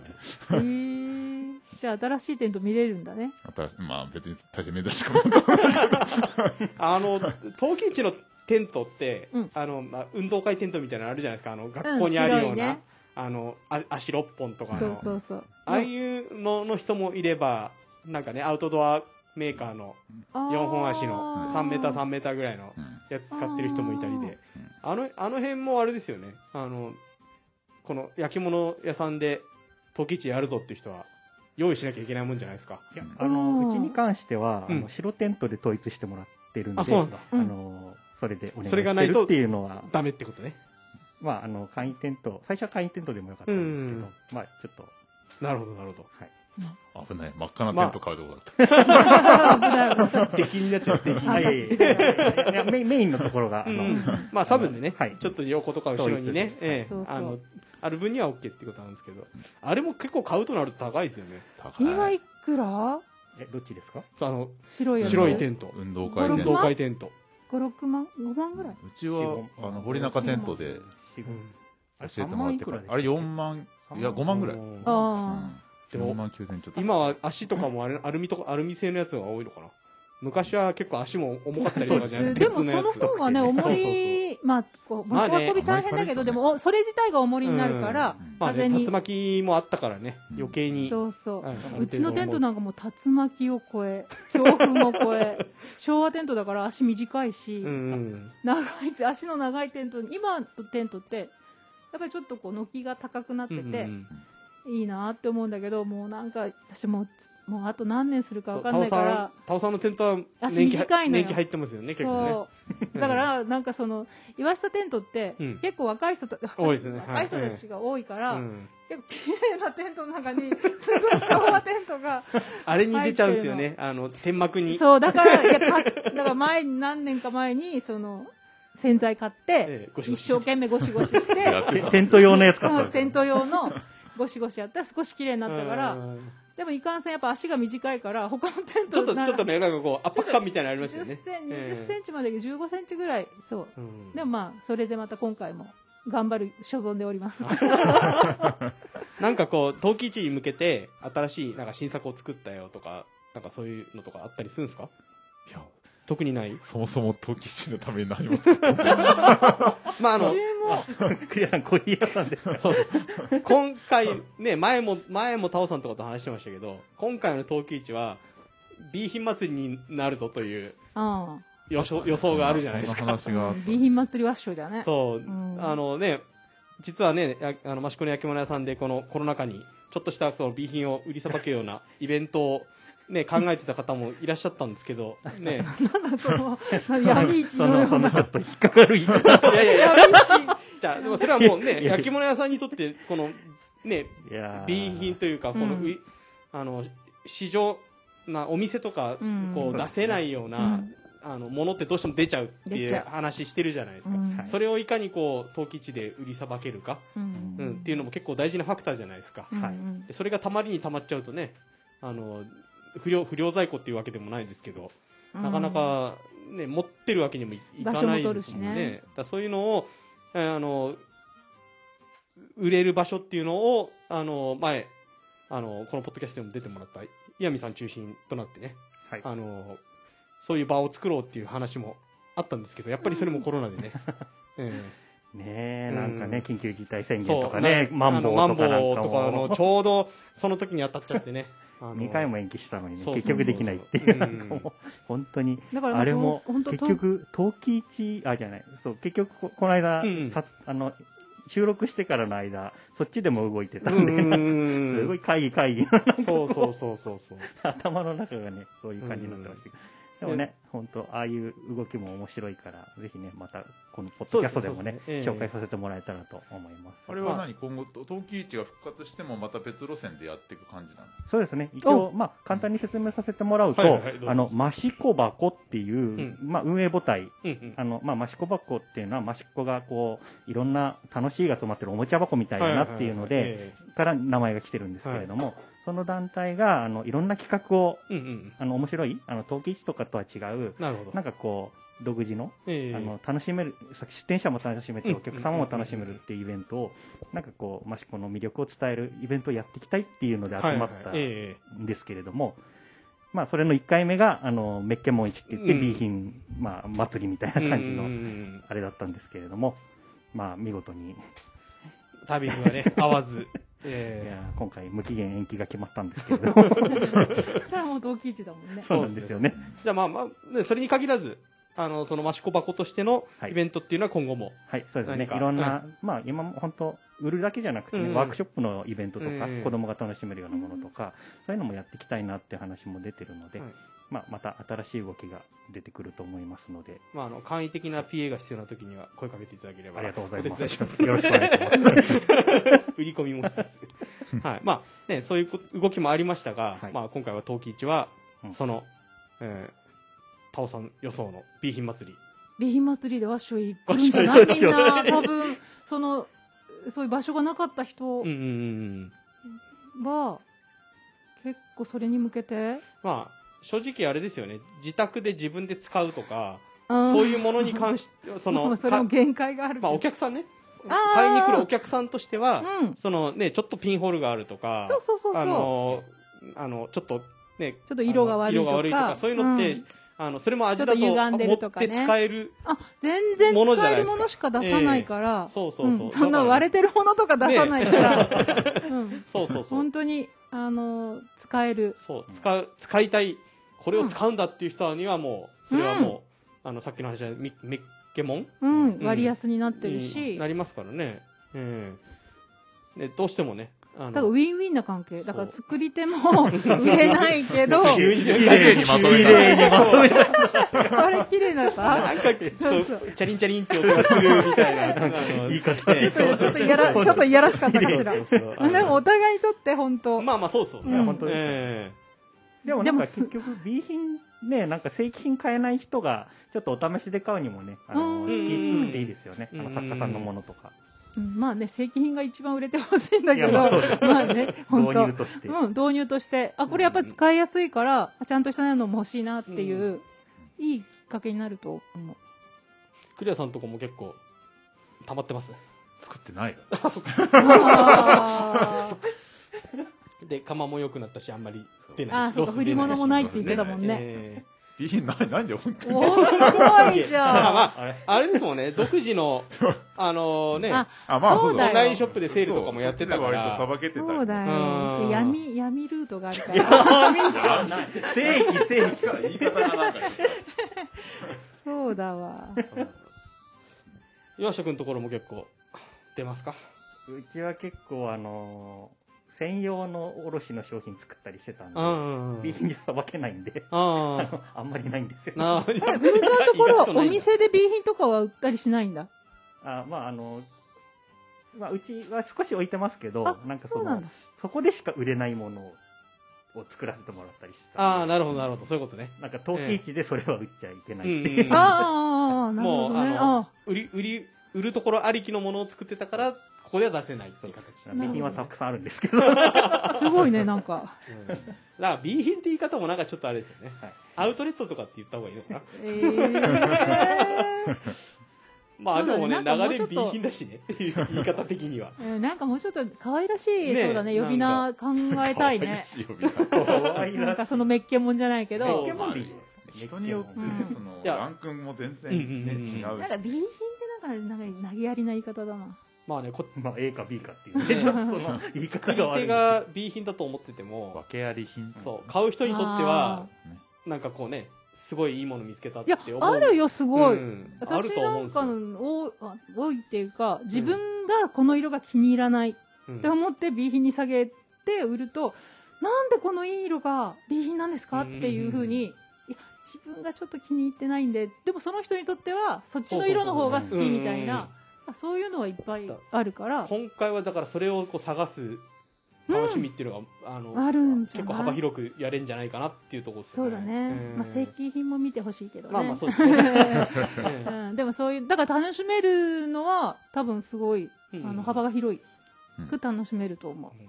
S3: へーじゃあ新しいテント見れるんだね
S2: 新しまあ、別に大して珍しくもない。
S1: あの陶器市のテントって、
S3: うん
S1: あのまあ、運動会テントみたいなのあるじゃないですかあの
S3: う
S1: 学
S3: ん
S1: 校にあるよう
S3: 白い
S1: な、
S3: ね
S1: あのあ足6本とかの
S3: そうそうそう
S1: ああいうのの人もいればなんかねアウトドアメーカーの4本足の3メーター3メーターぐらいの
S2: うん
S1: やつ使ってる人もいたりであのあの辺もあれですよねあのこの焼き物屋さんで陶器市やるぞっていう人は用意しなきゃいけないもんじゃないですか
S4: いや
S2: うん
S4: あ
S3: うん
S4: のうちに関しては、
S1: うん
S4: あの白テントで統一してもらってるんで、
S1: あそうなんだ
S4: あのそれでお願い
S1: それが
S4: し
S1: な
S4: て
S1: い
S4: る
S1: と
S4: っていうのは、
S1: ダメってことね
S4: まあ、あの簡易テント、最初は簡易テントでもよかったんですけど、
S1: うん
S4: まあ、ちょっと、
S1: なるほどなるほ
S4: はい、
S2: 危ない。真っ赤なテント買うとこだった。
S1: ど 出禁になっちゃう出禁
S4: あいやいやいやいやメインメインのところが、あの
S1: うんまあサブでね、
S4: はい
S1: ちょっと横とか後ろにね
S4: そう、
S1: ええ
S3: そうそう
S1: あのある分には OK ってことなんですけどあれも結構買うとなると高いですよね
S2: 高
S3: 今
S2: い
S3: いくら
S4: えどっちですか
S1: そうあの
S3: 白いやつ
S1: 白いテント
S2: 運動会
S3: うん
S1: 運
S2: ね。
S1: 動会テント、
S3: 56万5万ぐらいう
S2: ちは、あの、堀中テントで
S4: 四
S1: うん
S4: あれ
S2: 教えてもらってから。あれ4万、いや、5万ぐらい。うん
S1: うん
S3: あ
S1: でも
S2: 4万9千ちょっと。
S1: 今は足とかもあれアルミとかアルミ製のやつが多いのかな昔は結構足も重かったりとかじゃな
S3: あ
S1: い
S3: でもそ
S1: 鉄や
S3: の
S1: つ
S3: 方がね
S4: そうそう
S3: 重
S4: そう
S3: りまあこう
S1: ま
S3: 持
S1: あ
S3: ち
S1: ね
S3: 運び大変だけど
S2: あんまり軽いとね
S3: でもおそれ自体が重りになるから
S2: うん
S1: まあね、
S3: 風に
S1: 竜巻もあったからね余計に、
S3: そうそ
S1: うんある程
S3: う
S1: 度
S3: うちのテン
S1: 重
S3: ト
S1: い
S3: なんかもう竜巻を超え強風を超え 昭和テントだから足短いし、
S1: うんうん
S3: 長い って足の長いテントに今のテントってやっぱりちょっとこう軒が高くなっ
S1: うん
S3: てて、
S1: うんうん
S3: いいなって思うんだけどもうなんか私もうつもうあと何年するか
S1: そ
S3: わ
S1: う
S3: か
S1: タ
S3: んな
S1: オ
S3: いか
S1: さ
S3: ら
S1: んタオさんのテントは
S3: 足
S1: 年季は
S3: 短いのよ
S1: 年季入ってますよね結構ね
S3: そうだからなんかその岩下テントって
S1: うん
S3: 結構若い人た、
S1: 多いですねはい
S3: 若い人たちが多いから、
S1: うん
S3: 結構綺麗なテントの中にすごい昭和テントが
S1: あれに出ちゃうんですよねあの天幕に
S3: そうだからいやかだから前に何年か前にその洗剤買って
S1: ええゴシゴ
S3: 一
S1: シ
S3: 生懸命ゴシゴシして
S2: やって
S4: えテント用のやつ買った
S3: うんん
S4: です
S3: テ
S4: よ
S3: ント用の ゴシゴシやったら少し綺麗になったから、
S1: うん
S3: でもいかんせんやっぱ足が短いから他のテン
S1: ちょ
S3: ト
S1: っとちょ
S3: な
S1: っとねなんかこう圧迫感みたいなのありました
S3: 10
S1: よね
S3: セン
S1: え
S3: 20
S1: え
S3: センチまで15センチぐらいそ
S1: う
S3: う
S1: ん
S3: でもまあそれでまた今回も頑張る所存でおります
S1: なんかこう陶器市に向けて新しいなんか新作を作ったよとかなんかそういうのとかあったりするんですか
S2: いや、
S1: 特にない
S2: そもそも陶器市のために何も作ってない。
S1: まああ の
S4: クリアさん、コーヒー屋さんですか
S1: そうそうそう今回ね前も前もタオさんとかと話してましたけど今回の陶器市は B 品祭りになるぞという
S3: うん
S1: 予想予想があるじゃないですか
S2: そんな話があった。
S3: 備品祭りワッショイだね
S1: そう、
S3: ん
S1: あのね、実はね、やあの益子の焼き物屋さんで、このコロナ禍に、ちょっとしたその B 品を売りさばけるようなイベントを、ね、考えてた方もいらっしゃったんですけど、 ね、
S3: なんかも う闇市
S4: そ
S3: の
S4: の、
S3: よ
S4: そうの
S3: な
S4: ちょっと引っかかる言い方。
S1: いやいやいや、
S3: 闇市
S1: じゃあ、でもそれはもうね、
S4: いや
S1: 焼き物屋さんにとって、この、ね、
S4: いやー
S1: B 品というか、この、
S3: うん
S1: ういあの、市場なお店とか、
S3: うん
S1: こう出せないような、
S3: うん
S1: あの、ものってどうしても出ちゃうってい
S3: 出ち
S1: う
S3: ゃう
S1: 話してるじゃないですか。
S3: うん
S4: はい
S1: それをいかにこう、陶器市で売りさばけるか。
S3: うん
S1: うん、っていうのも結構大事なファクターじゃないですか、
S3: うん
S4: はい
S3: うん
S1: それがたまりにたまっちゃうとねあの不良不良在庫っていうわけでもないですけど、なかなか、ね、持ってるわけにもいいかないですもん
S3: 場所も取るし
S1: ね
S3: ね
S1: だからそういうのをえーあの売れる場所っていうのをあの前あのこのポッドキャストでも出てもらった岩見さん中心となってね
S4: はい。
S1: あのそういう場を作ろうっていう話もあったんですけどやっぱりそれもコロナで ね、ええ
S4: ねえ、なんかね、緊急事態宣言
S1: そう
S4: とかね、
S1: な
S4: マンボウとかな
S1: あのマン
S4: ん
S1: ボ
S4: か
S1: ウとかの
S4: も、
S1: ちょうどその時に当たっちゃって ね
S4: 2回も延期したのにね、
S1: そうそう
S4: 結
S1: そう
S4: 局できないってい
S1: うん
S4: う、なんかもう、 本当に、
S3: だから
S4: あれも
S3: 本、当
S4: 結局、陶器市、あ、じゃない、そう、結局こ、この間
S1: うんうん、
S4: さあの、収録してからの間、そっちでも動いてた
S1: うんん
S4: で、
S1: うん
S4: なんか
S1: う ん
S4: す
S1: う
S4: ご
S1: ん
S4: い会議会議、
S1: そうそうそうそうそう。
S4: 頭の中がね、そういう感じになってましたけど。でもね、本当ああいう動きも面白いから、ぜひね、また、このポッドキャストでもね
S1: そう、ですねそうですねええ
S4: 紹介させてもらえたらと思います。
S2: あれは何今後、陶器市が復活してもまた別路線でやっていく感 じなの
S4: そうですね。一応、まあ、簡単に説明させてもらうと、
S1: はいはいどうぞ
S4: あの、マシコ箱っていう、
S1: ん
S4: まあ、運営母
S1: う
S4: 体。
S1: んうん
S4: あの、まあ、マシコ箱っていうのは、マシコがこう、いろんな楽しいが詰まってるおもちゃ箱みたいだなっていうので、
S1: はははえ
S4: から名前が来てるんですけれども、その団体が、あの、いろんな企画を、
S1: えうんうん。
S4: あの、面白い、あの、陶器市とかとは違う、
S1: なるほど。
S4: なんかこう、独自の、
S1: ええ
S4: あの、楽しめる、さ出店者も楽しめて、
S1: うん
S4: お客様も楽しめるっていうイベントを、なんかこう、マシコの魅力を伝えるイベントをやっていきたいっていうので集ま
S1: はい
S4: った
S1: はいえ
S4: んですけれども、まあ、それの1回目が、あの、メッケモン市って言って、
S1: うん
S4: B 品、まあ、祭りみたい
S1: え
S4: な感じ
S1: うんうん
S4: の、
S1: うん
S4: あれだったんですけれども、まあ、見事に、
S1: タイミングがね、合わず。
S4: い
S1: え
S4: やー今回無期限延期が決まったんですけ れども、
S3: そしたらもう同期値だもんね。
S4: そうなんですよね。
S1: えじゃあまあまあ、ね、それに限らず、あの、そのマシコ箱としての
S4: はい
S1: イベントっていうのは今後も。
S4: はい、そうですね
S1: 何。か
S4: いろんな、まあ今も本当、売るだけじゃなくて、
S1: うん
S4: ワークショップのイベントとか、
S1: うん
S4: 子供が楽しめるようなものとか、そういうのもやっていきたいなっていう話も出てるので、
S1: はい
S4: まあまた新しい動きが出てくると思いますので、
S1: まあ、あの、簡易的な PA が必要な時には声かけていただければ。
S4: ありがとうござい
S1: お
S4: ま
S1: 手伝
S4: す。
S1: します
S4: よろしくお願いし ます。
S1: 売り込みもしつつ。 はい。まあ、ね、そういうこ動きもありましたが、
S4: はい
S1: まあ、今回は陶器市は
S4: う、ん
S1: その、えー、タオさん予想の B 品祭り。
S3: 備品祭りでは所行くんじゃないみんな、多分、その、そういう場所がなかった人
S1: うんうんうんうん。
S3: は、結構それに向けて、
S1: まあ、正直あれですよね。自宅で自分で使うとか、
S3: うん
S1: そういうものに関 して、そ
S3: ま
S1: の、
S3: あそれも
S1: か
S3: 限界があるけど
S1: まあ、お客さんね。
S3: あー
S1: 買いに来るお客さんとしては、
S3: うん。
S1: そのね、ちょっとピンホールがあるとか、
S3: そうそうそうそう。
S1: あの、あの、ちょっとね、
S3: ちょっと色が悪いとか
S1: あの色が悪いとか、そういうのって、
S3: うん
S1: あの、それも味だ
S3: ちょっと
S1: と
S3: 歪んで
S1: 持
S3: る
S1: っ
S3: とか
S1: て
S3: ね
S1: 使える。
S3: あ、全然
S1: ものじゃな
S3: 使
S1: いで
S3: える
S1: すか
S3: ものしか出さないから、
S1: そうそうそう。
S3: うんそんな
S1: だから
S3: 割れてるものとか出さないから、うん、
S1: そうそうそう
S3: 本。当に、あの、使える。
S1: そう、使う、使いたい、これを使うんだっていう人にはもう、それはもう、あの、さっきの話じゃない、みメッケモン
S3: うん、
S1: うん
S3: 割安になってる
S1: に
S3: し、
S1: なりますからね。ええねどうしてもね、あ
S3: だからウ
S1: の、
S3: ィンウィンな関係。だか
S1: そ
S3: ら
S1: う
S3: 作り手も 売れない けど、あ
S2: 急に綺麗にまとめ
S4: 綺
S2: た
S4: 麗にまとめた。
S3: れ綺麗な
S1: な
S3: さ
S1: んか、ちょっ
S3: そう
S1: と、チャリンチャリンって音がするみたいな。言い方
S3: ちょっとちょっといやら、ちょっといやらしかったかしら。
S1: そうそうそう
S3: でもお互いにとって本当、
S1: まあまあ、そうそう。
S3: いや本
S4: 当ですよ
S1: え
S4: でもなんか
S3: でも
S4: 結局、B 品ね、なんか正規品買えない人が、ちょっとお試しで買うにもね、あ
S3: う
S4: の、
S3: ん
S4: 敷居低くていいですよね。あ
S1: う
S4: の、
S1: ん
S4: 作家さんのものとか。
S3: うんまあね、正規品が一番売れてほしいんだけど、
S4: いやま
S3: ま
S4: あ
S3: あ
S4: そうです
S3: ね、
S4: 導
S3: 本当
S4: 入。として。
S3: うん、導入として、あ、これやっぱり使いやすいから、あちゃんとしたのも欲しいなっていう、いいきっかけになると思う。
S1: えクリアさんとこも結構、溜まってます。
S2: 作ってないよ
S1: あ、そっか。
S3: あー
S1: で、釜も良くなったし、あんまり出な
S3: あ
S1: い
S3: ー、
S1: し。
S3: そう
S1: ロ
S3: か、
S1: ス
S3: 振
S1: 出
S3: り
S1: ない
S3: 物
S1: し
S3: もないって言ってたもんね。
S1: え
S2: いいないないんだよ本当に
S3: おー、すごいじ
S1: えまあ
S3: ゃん。
S1: ま
S4: あれ
S1: あ、あれですもんね、独自の、あのね、
S3: あ、
S2: あ
S3: そうだ
S1: オ
S3: よ
S1: ンラインショップでセールとかもやってたか
S2: そう
S1: ら、
S2: そっちで割とさばけてたり
S3: そうだ
S1: うん
S3: よ。闇、闇ルートがあるか
S4: いや
S3: ら。
S4: 正義、正義。
S2: 言い方がなんか
S3: そうだわ。
S1: 岩下くんところも結構、出ますか
S4: うちは結構あのー専用の卸の商品作ったりしてたんで、
S1: うんうんう
S4: ビ
S1: ん。
S4: 品じゃさばけないんで、
S1: ああ。
S4: あんまりないんですよ。
S1: なあ、 いや
S3: ふーちゃんとこ
S1: 意
S3: ろ
S1: 外
S3: は
S1: とな
S3: お
S1: いんだ
S3: 店で B 品とかは売ったりしないんだ。
S4: あまああのーまあ、うちは少し置いてますけど
S3: あ、
S4: なんかそ
S3: そうなん
S4: の
S3: だ。
S4: そこでしか売れないものを作らせてもらったりして
S1: あ
S4: た
S1: あ、
S4: んで。
S1: なるほど、なるほど、そういうことね。
S4: なんか陶器市でそれは売っちゃいけないっていう、
S1: うん
S3: あーあー、あーなる
S1: も
S3: ほ
S1: う、
S3: どね。
S1: あの
S3: あ、
S1: 売り、売り、売るところありきのものを作ってたから、ここでは出せないっていう形。
S4: ま
S1: う
S4: あ
S1: ん
S3: なるほど
S4: 備品はたくさんあるんですけど、
S3: ーすごいね、なんか。
S1: だから、B 品って言い方もなんかちょっとあれですよね。アウトレットとかって言った方がいいのかな。
S3: えー
S1: まあ、
S3: そう
S1: で
S3: だ
S1: も
S3: ね
S1: ね、
S3: なんかもう
S1: 流
S3: ちょ
S1: れ
S3: っと
S1: B 品だしね。っていう言い方的には。
S3: うんなんかもうちょっと可愛らしい、
S1: ねえ
S3: そうだね、呼び名考えたいね。
S4: 可愛
S3: なん
S4: らし
S3: か
S4: い。
S3: そのメッケモンじゃないけ
S1: そ
S3: ど
S1: う、
S2: 人によってね
S3: うん
S2: その
S1: いや
S2: ランクも全然
S1: うんうんうん
S2: ね違
S3: なん
S2: う
S3: か
S2: し
S3: B 品ってなんか、なんか投げやりな言い方だな。
S1: まあね、こ
S4: まあ A か B かっていうね、ちょっとその言い
S1: 作
S4: 方
S1: り手
S4: が悪いんですよ。
S1: が B 品だと思ってても、
S2: けあり品
S1: そう、買う人にとっては、なんかこうね、すごいいいもの見つけたっ
S3: い
S1: て
S3: や
S1: 思う。
S3: あるよすごい、
S1: うんあ
S3: 私
S1: ると
S3: な
S1: 思うん
S3: ん
S1: ですよ
S3: か。の多いあ多いっていうか自分がこの色が気に入らないっ
S1: うん
S3: て思って B 品に下げて売ると、なんでこのいい色が B 品なんですかっていうふうに、いや自分がちょっと気に入ってないんででもその人にとってはそっちの色の方が好きみたいなそういうのはいっぱいあるから
S1: 今回はだからそれをこう探す楽しみっていうのが、あの
S3: あるんじ
S1: 結
S3: ゃない
S1: 構幅広くやれんじゃないかなっていうところです
S3: そうだね、
S1: うん
S3: まあ、正規品も見てほしいけどね、
S1: まあまあそうですねうん
S3: うん、でもそういうだから楽しめるのは多分すごい、
S1: うん
S3: あの幅が広
S2: うん
S3: く楽しめると思う
S1: う、ん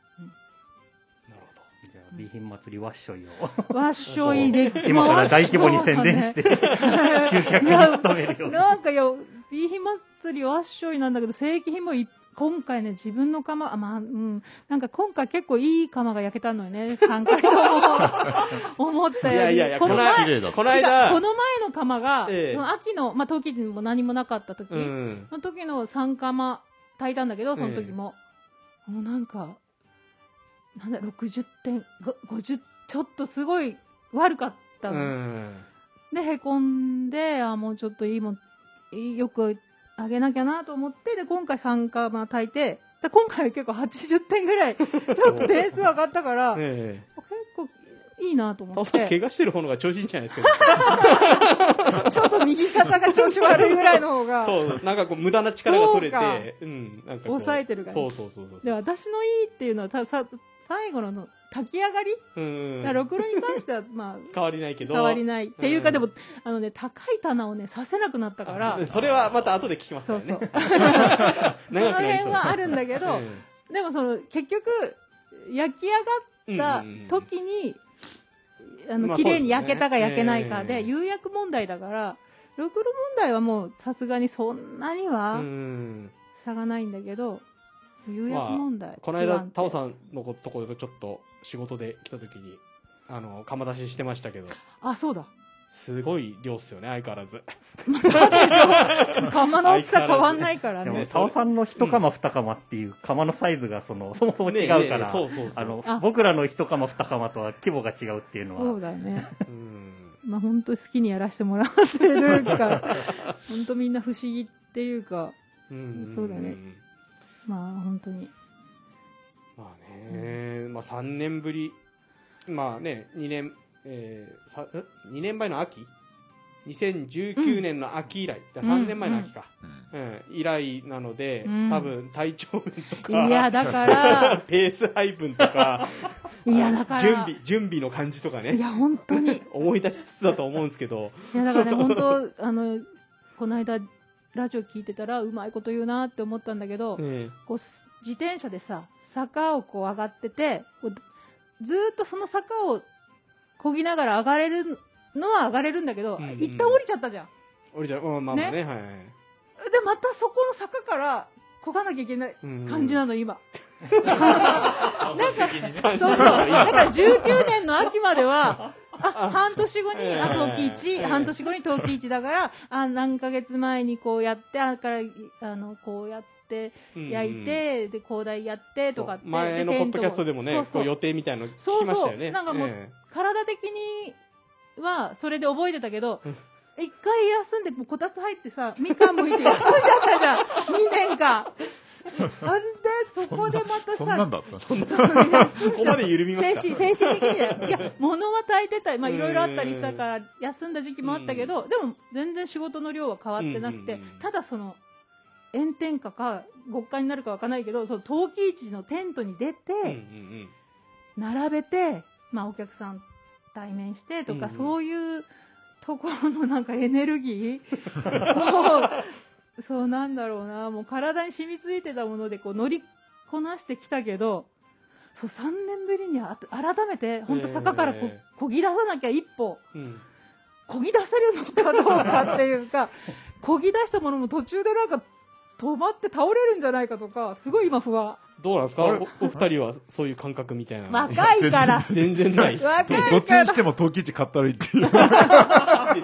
S1: なるほど
S4: じゃあ、備品祭りワッショイを、
S3: わっしょいで
S4: 今から大規模に宣伝して、集客に努めるように。
S3: なんかよ B 品祭りわっしょいなんだけど正規品もい今回ね自分の釜あまあうんなんか今回結構いい釜が焼けたのよね3 回とも思った
S1: い
S3: よ
S1: や
S3: り
S1: いやいや
S3: この
S1: この
S3: 前
S2: 綺麗だ
S1: この
S3: 違う
S1: 間
S3: この前の釜が、
S1: ええ
S3: その秋の、まあ、冬季にも何もなかった時、
S1: うん
S3: その時の3釜炊いたんだけど、その時も。もうなんか、なんだ、60点、ご50、ちょっとすごい悪かった
S1: う
S3: の。
S1: ん
S3: で、へこんで、あ、もうちょっといいもん、いいよくあげなきゃなと思って、で、今回3釜炊いて、で今回結構80点ぐらい、ちょっと点数上がっ たから、結
S1: え
S3: 構いいなと
S1: え
S3: 思
S1: 田尾
S3: っ
S1: さん怪
S3: て、
S1: 我してる方の方が調子いいんじゃないですか
S3: ちょっと右肩が調子悪いぐらいの方 が。
S1: そうなんかこう無駄な力が取れ
S3: そうか
S1: てうんなんかこう
S3: 抑えてるから
S1: そうそうそうそう
S3: で私のいいっていうのはたさ最後のの炊き上がり、
S1: うん
S3: だからろくろに関しては まあ
S1: 変わりないけど
S3: 変わりないっていうか、
S1: うん
S3: でもあのね高い棚をねさせなくなったから
S1: あ それはまた後で聞きますか
S3: そ
S1: らね
S3: うそうその
S1: 長くなり
S3: 辺
S1: そう
S3: はあるんだけど、でもその結局焼き
S1: うん
S3: 上がっ
S1: うんうんうん
S3: た時に、
S1: ま
S3: あの
S1: あ
S3: 綺麗
S1: そうです
S3: に
S1: ね
S3: 焼けたか焼けないかで、
S1: ええ
S3: 釉薬問題だからろくろ問題はもうさすがにそんなには
S1: うん
S3: 差がないんだけど、釉薬問題、
S1: この間タオ
S3: ん
S1: さんのところちょっと仕事で来た時にあの釜出ししてましたけど
S3: あそうだ
S1: すごい量っすよね相変わら ず
S3: 釜の大きさ変わんないから
S4: で
S3: ね
S4: も、。沢さんの一釜二釜っていう釜のサイズがその、そもそも違う
S1: ねえ
S4: か
S1: ねえ
S4: ら、
S1: そうそうそう
S4: あの
S3: あ
S4: 僕らの一釜二釜とは規模が違うっていうの
S3: そ
S4: は
S3: うだね。
S1: うん
S3: まあ本当好きにやらせてもらって るから、本当みんな不思議っていうか、
S1: うん
S3: そうだねまあ本当に。
S1: まあねまあ3年ぶりまあね2年えー、さん2年前の秋2019年の秋以来、だ3年前の秋か、
S2: うん
S1: うん以来なので、
S3: うん
S1: 多分体調分と
S3: い
S1: か
S3: や、だから、
S1: ペース配分とか
S3: いや、だから、
S1: 準備準備の感じとかね
S3: いや、本当に。い
S1: 思い出しつつだと思うんですけど、
S3: や、だからね、本当、あの、この間、ラジオ聞いてたら、うまいこと言うなって思ったんだけど、こう、す自転車でさ、坂をこう上がってて、こうずーっとその坂を漕ぎながら上がれるのは上がれるんだけど、
S1: うんうん
S3: 一旦降りちゃったじゃん。
S1: 俺じゃ、まあまあまあね、はいはい。
S3: で、またそこの坂から漕がなきゃいけない
S1: うん
S3: 感じなの、今。なんか、
S1: 感じ
S3: そうそう。だから19年の秋ま では、あ、半年後に、あ、冬季
S1: ええ
S3: 一半年後に冬季一だから、あ、何ヶ月前にこうやって、あ、から、あの、こうやって、焼いて、で、広大やって、とかって。
S1: そう前の
S3: で
S1: ポッ
S3: テン
S1: ド
S3: ト
S1: キャストでもね、
S3: そう
S1: こ
S3: そう
S1: う予定みたいなの聞
S3: そ
S1: き
S3: う
S1: ま
S3: そ
S1: し
S3: う
S1: たよね。
S3: なんかもう
S1: え
S3: 体的にはそれで覚えてたけど
S1: うん、
S3: 一回休んで、もうこたつ入ってさ、みかん剥いて休んじゃったじゃん、2年 間。あんで、そこでまた
S2: そんなんだ
S3: さ、
S2: ったそ
S1: えそこまで緩みました。
S3: 精神、精神的に は、いや、物は炊いてたり、まあ
S1: うん
S3: いろいろあったりしたから、休んだ時期もあったけど、でも全然仕事の量は変わってなく
S1: う
S3: て
S1: んうんうん、
S3: ただその、炎天下か、極寒になるかわかんないけど、その陶器市のテントに出て、
S1: うんうん
S3: 並べて、まあ、お客さん対面してとか、
S1: うんうん
S3: そういうところのなんかエネルギーもう そうなんだろうなもう体に染みついてたものでこう乗りこなしてきたけどそう3年ぶりにあ改めて本当坂からこ,、
S1: え
S3: こぎ出さなきゃ一歩
S1: うんうん。
S3: こぎ出せるのかどうかっていうか こぎ出したものも途中でなんか止まって倒れるんじゃないかとかすごい今不安
S1: どうなんですかおお二人はそういう感覚みたいなの。
S3: 若いから
S1: 全然ない。あ
S3: 若
S2: ど
S3: い
S2: っちに
S3: から
S2: しても陶器市買ったらいいっていう。
S1: と陶器地否定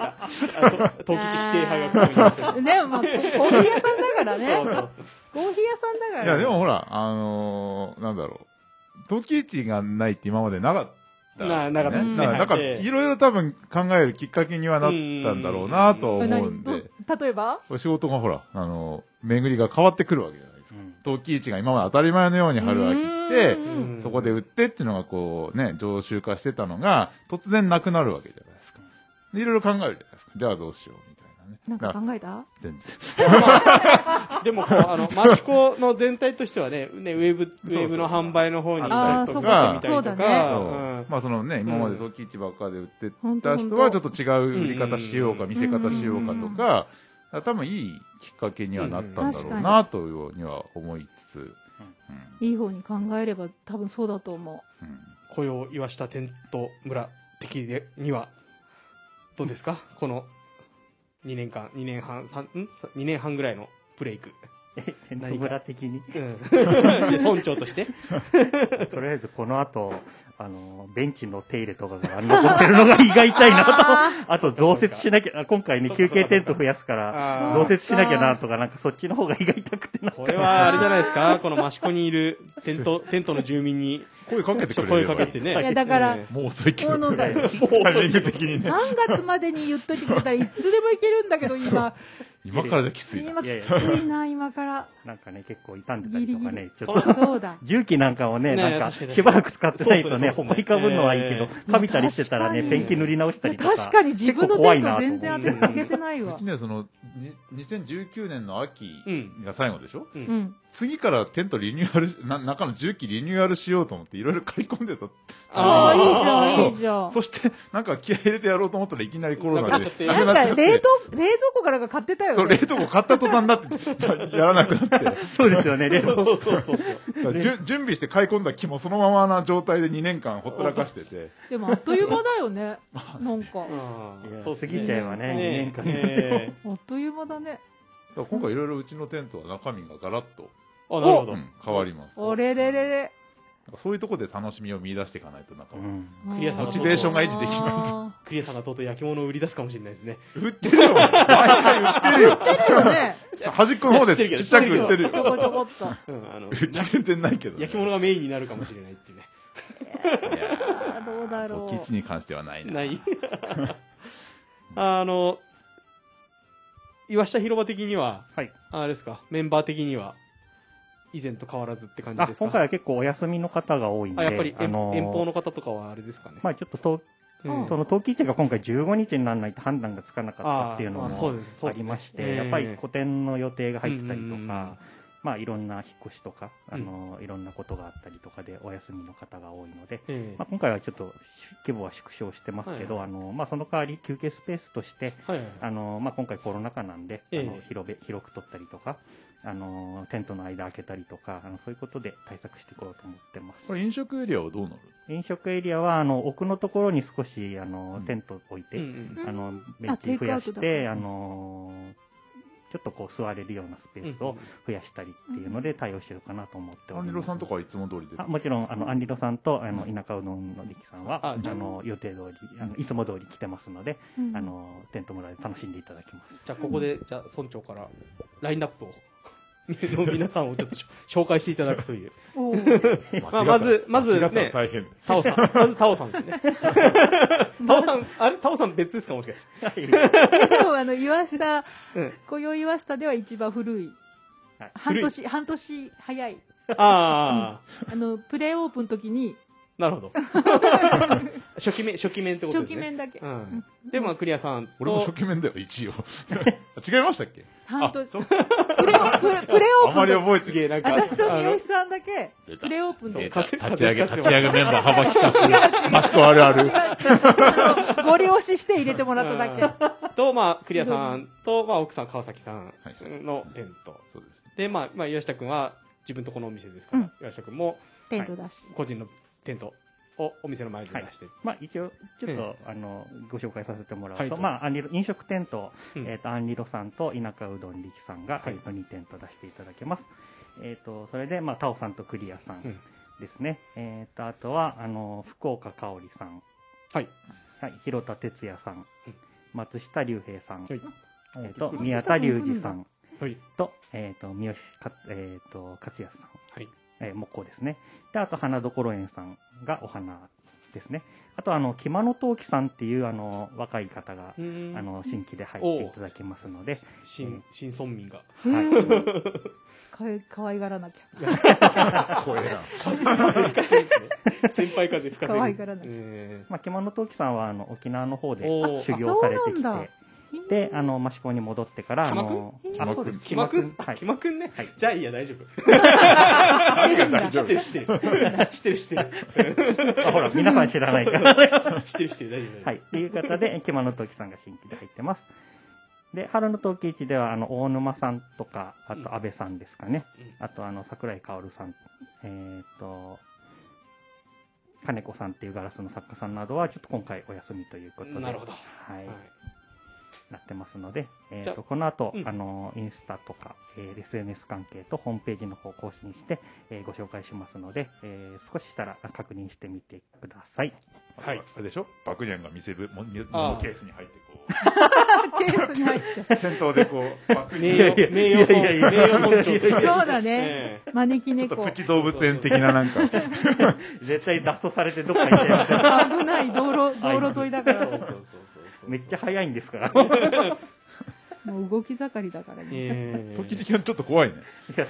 S1: 派が来るん ですよ
S3: でもまあコーヒー屋さんだからね
S1: そうそう。
S3: コーヒー屋さんだから
S2: いや、でもほら、あのー、なんだろう。陶器市がないって今までなかっ
S1: ななかった
S3: ですね
S2: だから、だから
S1: はい
S2: いろいろ多分考えるきっかけにはなったんだろうなと思う
S3: え
S2: ん
S3: 何ど
S2: で、
S3: 例えば
S2: お仕事がほら、あの、巡りが変わってくるわけじゃないです
S4: う
S2: か。
S4: ん
S2: 陶器市が今まで当たり前のように春秋来て
S3: う、
S1: うんん
S2: そこで売ってっていうのがこうね、常習化してたのが、突然なくなるわけじゃないですか。でいろいろ考えるじゃないですか。じゃあどうしようみたいなね。
S3: なん
S2: だ
S3: から考えた
S2: 全然。
S1: でもこう、あの、マシコの全体としてはね、ねウェブ、ウ
S2: そうそう
S1: ェブの販売の方に行
S2: あ
S1: っ
S2: ー
S1: たり
S2: そ
S1: と
S2: うか
S1: か、みたりと
S3: そう
S1: か、
S3: だ
S1: うん
S2: まあそのね、今まで陶器市ばっかで売って
S3: 本当
S2: た人はちょっ
S3: と
S2: と違う売り方しようか、
S1: うん
S2: 見せ方しようかとか、だから多分いいきっかけにはなったんだろうなというようには思いつつ、うん
S3: いい方に考えれば多分そうだと思
S2: うん
S1: 雇用岩下テント村的でには、どうですかこの2年間、2年半、三ん ?2 年半ぐらいのブレイク。
S4: テント村的に。
S1: うん いや村長として。
S4: とりあえずこの後、あの、ベンチの手入れとかが残ってるのが胃が痛いな
S3: あ
S4: と。あと増設しなきゃ、あ今回ね、
S1: そうか
S4: 休憩テント増やすから、
S1: あ
S3: ど
S4: 増
S1: ー
S3: うせ
S4: 設しなきゃなとか、なんかそっちの方が胃が痛くてな。
S1: これはあれじゃないですかこのマシコにいるテント、テントの住民に
S2: 声かけてくれ
S1: 声
S2: れば
S1: か
S2: いい
S1: けてね。
S3: いやだか
S1: う
S3: ら
S1: ん
S2: もう遅いけど。
S3: もうなんか
S2: タイミング的に
S3: う
S2: ね。
S3: 3月までに言っといてくれたらいつでもいけるんだけど今
S2: 今からじゃきついな。
S3: 今
S4: い
S3: き
S4: やいや
S3: ついな今から
S4: なんかね、結構痛んでたりとか
S3: ギリギ
S4: ね、ちょっと。
S3: そうだ
S4: 重機なんかをね、
S1: ね
S4: なんか、
S1: 確かに
S4: しばらく使ってないとね、
S1: そ
S4: ほ
S1: うですね
S4: っぱいかぶるのはいいけ
S1: え
S4: ど、かびたりしてたら
S3: い
S4: ね、
S3: や
S4: ペンキ塗り直したりとか。
S3: 確かに自分の
S4: 結構怖
S3: テ
S4: い
S3: ン
S4: な
S3: ト
S4: と思う
S3: 全然当ててあげてないわ
S2: 次ね、その、に2019年の秋
S1: うん
S2: が最後でしょ
S1: うん
S3: うん
S2: 次からテントリニューアルし、な中の重機リニューアルしようと思っていろいろ買い込んでた。
S3: あ
S2: ー
S3: あいいじゃん
S2: そう
S3: いいじゃん
S2: そして、なんか気合い入れてやろうと思ったらいきなりコロナで。
S1: なくなっちゃって
S2: な
S3: な
S2: く
S3: ん
S2: なっ
S3: か
S2: ちゃって
S3: 冷凍冷蔵庫からが買ってた
S2: そ
S3: よ
S2: う、冷
S3: ね
S2: 凍庫買った途端になって、 やらな くなって。
S4: そうですよね、冷
S1: そう
S4: 蔵
S1: そうそうそうそう。
S2: だからじゅ準備して買い込んだ木もそのままな状態で2年間ほったらかしてて。
S3: でもあっという間だよねなんか
S4: いや
S1: そう
S4: 過ぎちゃえばね、
S1: ね
S4: 2年間。
S1: え
S3: あっという間だね
S2: だから今回いろいろうちのテントは中身がガラッと、
S1: えあ、なるほど。
S2: うん変わります。
S3: おれれれれ
S2: なんかそういうところで楽しみを見出していかないと、なんか、
S4: うん
S1: クリアさん
S2: モチベーションが維持できない
S3: と
S1: クリアさんがとうとう焼き物を売り出すかもしれないですね。
S2: 売ってるよ毎回売ってるよ
S3: 売ってる よね
S2: 端っこの方で
S1: いや知ってるけど
S2: ちっちゃく売っ てるよ。
S3: ちょこちょこっと
S1: うん、あの、
S2: 全然ないけどね。
S1: 焼き物がメインになるかもしれないっていうね。
S2: いやー
S3: どうだろう
S2: キッチンに関してはないな。
S1: ない あの、岩下広場的には、
S4: はい。
S1: あれですか、メンバー的には、以前と変わらずって感じ
S4: あ、
S1: ですか
S4: 今回は結構お休みの方が多いんで、
S1: あ、やっぱり
S4: あ
S1: 遠,、
S4: のー
S1: 遠方の方とかはあれですかね。
S4: まあちょっと東
S1: うん
S4: その冬季市が今回15日にならないと判断がつかなかったっていうのも
S1: あーまあそうですそう
S4: あ
S1: です
S4: り
S1: ね
S4: まして、
S1: ええ
S4: やっぱり個展の予定が入ってたり
S1: うん
S4: と
S1: うんうん
S4: か、まあいろんな引っ越しとか、
S1: うん
S4: あの、いろんなことがあったりとかでお休みの方が多いので、
S1: ええ
S4: まあ、今回はちょっと規模は縮小してますけど、
S1: は
S4: あの、まあその代わり休憩スペースとして、
S1: はいはい
S4: あの、まあ今回コロナ禍なんで、あ
S1: ええ
S4: の広べ、広く取ったりとか、あの、テントの間開けたりとか、あのそういうことで対策していこうと思ってます。
S2: これ飲食エリアはどうなる
S4: 飲食エリアは、あの、奥のところに少し、あの、テントを置いて、
S1: うん
S4: あの、ベ
S3: あ
S4: ン
S3: テ
S4: チ
S3: イ
S4: 増
S3: クア
S4: や
S3: ウト
S4: し
S3: だ
S4: て、あのーちょっとこう座れるようなスペ
S1: うん
S4: ースを増やしたりっていうので対応しようかなと思って
S2: ア
S4: おります。
S2: ンリロさんとかはいつも通りで
S4: あ。もちろん、あの、アンリロさんと、あの、田舎うどんの力さんは、
S1: あ
S4: あ
S1: じゃあ
S4: の、予定通り、あの、いつも通り来てますので、
S3: うん
S4: あの、テント村で楽しんでいただきます。
S1: じゃあ、ここで、じゃあ、村長から、ラインナップを、の皆さんをちょっとしょ紹介していただくという。
S3: おー
S1: まあまずまずね
S2: 間違ったら大変。
S1: タオさん。まずタオさんですね。タオさん、あれタオさん別ですかもしかして。
S3: えでもあの岩下
S1: うん
S3: 雇用岩下では一番古い
S4: はい
S3: 半年半年早い
S1: ああ、
S3: あのプレーオープンの時に
S1: なるほど。初期面、初期面ってこと
S3: 初
S1: です
S3: 期
S1: ね。
S3: 面だけ
S1: うん。で、まあ、クリアさんと。
S2: 俺も初期面だよ、一応。 違いましたっけ
S3: 半年
S2: あそ
S3: プレープレプレオ
S2: あまり
S3: ープン
S2: 覚え
S1: す
S2: て
S1: げえ、
S2: る。
S1: なんか。
S3: 私と
S1: あ
S3: 三
S1: の
S3: 好さんだけ
S2: 出た
S3: プレーオープン
S2: そう
S3: で
S1: 風
S2: 立ち上げ、
S1: 風
S2: 立ち上げメンバー幅利か す。マシコあるある。
S3: あのご利用しして入れてもらっただけ
S1: と、まあ、クリアさんと、まあ、奥さん、川崎さんのテント。
S2: そうです ね。
S1: で、まあ、まあ、岩下くんは、自分とこのお店ですから、
S3: うん
S1: 岩下くんも、
S3: テントだし
S1: 個人のテントをお店の前で出して。
S4: まあ一応、ちょっ
S1: え
S4: と、あの、ご紹介させてもら
S1: は
S4: う
S1: いど
S4: と、
S1: うぞ
S4: まあ、アンリロ、飲食テント、
S1: うん
S4: えっと、アンリロさんと田舎うどん力さんが、
S1: はい
S4: えっと、2店と出していただけます。えっと、それで、まあ、タオさんとクリアさ
S1: うん
S4: んですね。えっと、あとは、あの、福岡香織さん、
S1: はい。
S4: はい、広田哲也さん
S1: うん、
S4: 松下隆平さん、
S1: はい。
S4: えっと、
S3: うん
S4: 宮田隆二さん
S1: はい。
S4: と、えっと、三好か、えっと、勝康さん、
S1: はい。
S4: えー木工ですね。で、あと、花どころ園さんがお花ですね。あと、あの、キマノトウキさんっていう、あの、若い方が、あ
S1: あの
S4: の、新規で入っていただきますので、
S1: 新新村民が
S3: へ
S4: はい
S3: ーかい可愛がらなきゃ。
S2: 怖えな。
S1: 風風風ですね先輩風吹かせる
S3: 可愛がらなきゃ
S1: え
S4: まあ、キマノトウキさんは、あの、沖縄の方で
S1: おー
S4: 修行されて
S3: あそう
S4: き
S3: なんだ
S4: て、で、あの、益子に戻ってから、あ
S1: 木間くん
S4: の
S3: へ、ー
S4: あ、そうです。
S1: ー木間くん
S4: はい
S1: 木。間くんね
S4: はい
S1: じゃあいいや大丈夫
S3: 知ってるんだ。
S1: 知ってる知ってる知ってる知ってる
S4: あ、ほら、皆さん知らないから。
S1: 知ってる知ってる大丈夫
S4: はい。っていう方 で、キマノトウキさんが新規で入ってます。で、春の陶器市では、あの、大沼さんとか、あ
S1: うん
S4: と、安倍さんですかね。
S1: うん
S4: あと、あの、桜井薫さん、えっ、と、金子さんっていうガラスの作家さんなどは、ちょっと今回お休みということで。
S1: なるほど
S4: はい。
S1: はい
S4: なってますので、え
S1: じゃ
S4: っ、
S1: あ
S4: と、この後、
S1: うん
S4: あの、インスタとか、えー SNS 関係とホームページの方更新して、えーご紹介しますので、えー少ししたら確認してみてください。
S1: はい。
S2: あれでしょ爆ニャンが店ぶ、
S1: あ
S2: もも物
S1: ー
S2: ケースに入ってこ
S3: ケースに入って。
S2: う、店頭でこ う、爆
S1: 名誉
S2: 乳ち
S1: 名誉村
S4: いやいやい
S1: 名誉村長として
S3: そうだね。
S1: ええ
S3: 招き
S2: ょっと
S3: 猫。
S2: プチ動物園的ななんか、
S4: 絶対脱走されてどっか行っちゃいますよ
S3: 危ない道路、道路沿いだか
S1: そうそう
S3: ら。
S1: そうそう
S4: めっちゃ
S1: い
S4: 早いんです から。
S3: もう動き盛りだからね。
S2: 時々はちょっと怖いね。
S4: いや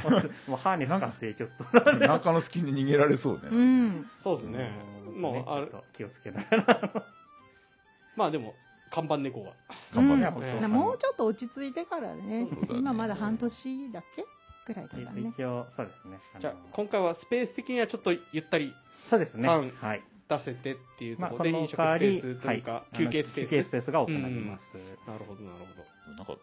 S4: もうハーネス買ってちょっと、
S2: 中の隙に逃げられそう
S3: う
S2: ね。
S3: ん。
S1: そうですねまああ
S4: ちょっ
S1: れ
S4: と気をつけながら。
S1: まあでも看板猫は
S2: 看板
S3: うん
S2: が
S4: 本当
S1: ね
S3: なもうちょっと落ち着いてからね
S2: そうだ。ね
S3: 今まだ半年だっけくらいだからね。
S4: 一応、そうですね。あの
S1: じゃあ今回はスペース的にはちょっとゆったり
S4: そうですね。
S1: パン
S4: はい。
S1: 出せてっていうと
S4: まあ、
S1: こ
S4: そ
S1: ろで飲
S4: の
S1: 食スペ
S4: 代わ
S1: ー
S4: り
S1: ス、と
S4: はいいう
S1: か
S4: あの
S1: 休憩スペ
S4: 休憩
S1: ー
S4: ス
S1: ス
S4: ペースが行われます。
S1: なるほどなるほど
S2: なんか、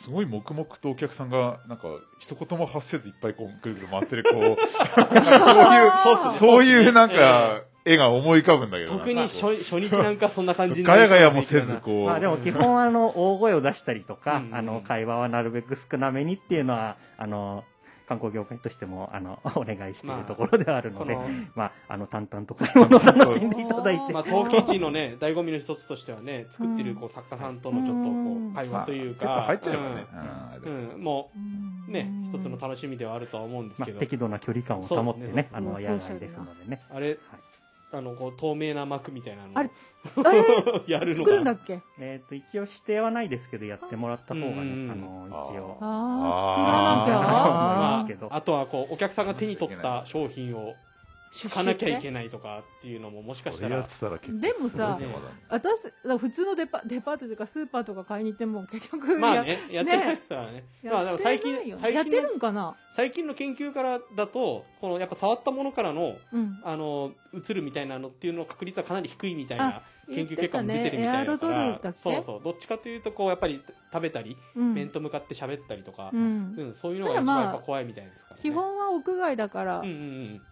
S2: すごい黙々とお客さんが、なんか、一言も発せずいっぱいこう、ぐるぐる回ってる、こう、
S1: そうっすね
S2: そういうなんか、絵が思い浮かぶんだけどな。
S1: 特に初初日なんかそんな感じにな
S2: ガ
S1: り
S2: ヤ
S1: そう
S2: ガ
S1: な
S2: ヤもせず、
S1: 雰
S2: こう。
S4: まあでも基本あの、大声を出したりとか
S1: う、ん
S4: あの、会話はなるべく少なめにっていうのは、あの、観光業界としても、あの、 お願いしているところではある
S1: 囲気だな
S4: の
S1: こ
S4: で、
S1: の
S4: まあ、あの、淡々と買い物を楽しんでいただいて、
S1: まあ、東京地のね 醍醐味の一つとしてはね作ってるこう作家さんとのちょっと
S3: う
S1: こ
S3: ん
S1: う会話というか、
S2: まあ入っちゃえばね。うんあれ
S1: うん、うんも
S3: うん
S1: うね一つの楽しみではあるとは思うんです
S4: まあ
S1: けど、
S4: 適度な距離感を保って
S1: そうですね
S4: ね、あの、
S3: そう
S4: 野外ですのでね。
S1: あれ
S4: はい
S1: あのこう透明な幕みたいなのを
S3: あれあれ
S1: やるの
S3: 作
S1: が
S3: るんだっけ
S4: えっと、一応指定はないですけど、やってもらった方がね、
S1: うん
S4: あの、一応。
S3: ああ、作らなき
S2: あ
S3: ゃ。
S1: ま
S4: ですけど
S1: あ、あとはこうお客さんが手に取った商品を書
S3: 出資
S1: か
S3: っ
S1: なきゃい
S3: て
S1: けないとかっていうのももしかし
S2: そ
S1: た
S2: れや
S1: ら
S2: ってたら結構
S3: でもさ
S2: すごい手間だね
S3: 私、だから普通のデパデパートというかスーパーとか買いに行っても結局や、
S1: まあねやって
S3: ね
S1: ないからねまあで
S3: やっ
S1: も
S3: てない
S1: 最
S3: よ
S1: 近
S3: や
S1: 最
S3: って
S1: 近の
S3: るんかな
S1: 最近の研究からだとこのやっぱ触ったものからの
S3: うん。
S1: あの映るみたいなのっていうの確率はかなり低いみたいな研究
S3: 言って
S1: 結
S3: た
S1: 果も出てるみ
S3: ね、エ
S1: た
S3: ア
S1: い
S3: ロ
S1: だ
S3: ゾ
S1: か
S3: ル
S1: ら、
S3: だっけ
S1: そうそうどっちかというとこうやっぱり食べたり、
S3: うん
S1: 面と向かって喋ったりとか、
S3: う
S1: うん
S3: ん
S1: そういうのが一番やっぱ怖いみたいですから、ね
S3: 基本は屋外だから
S1: うんうんうん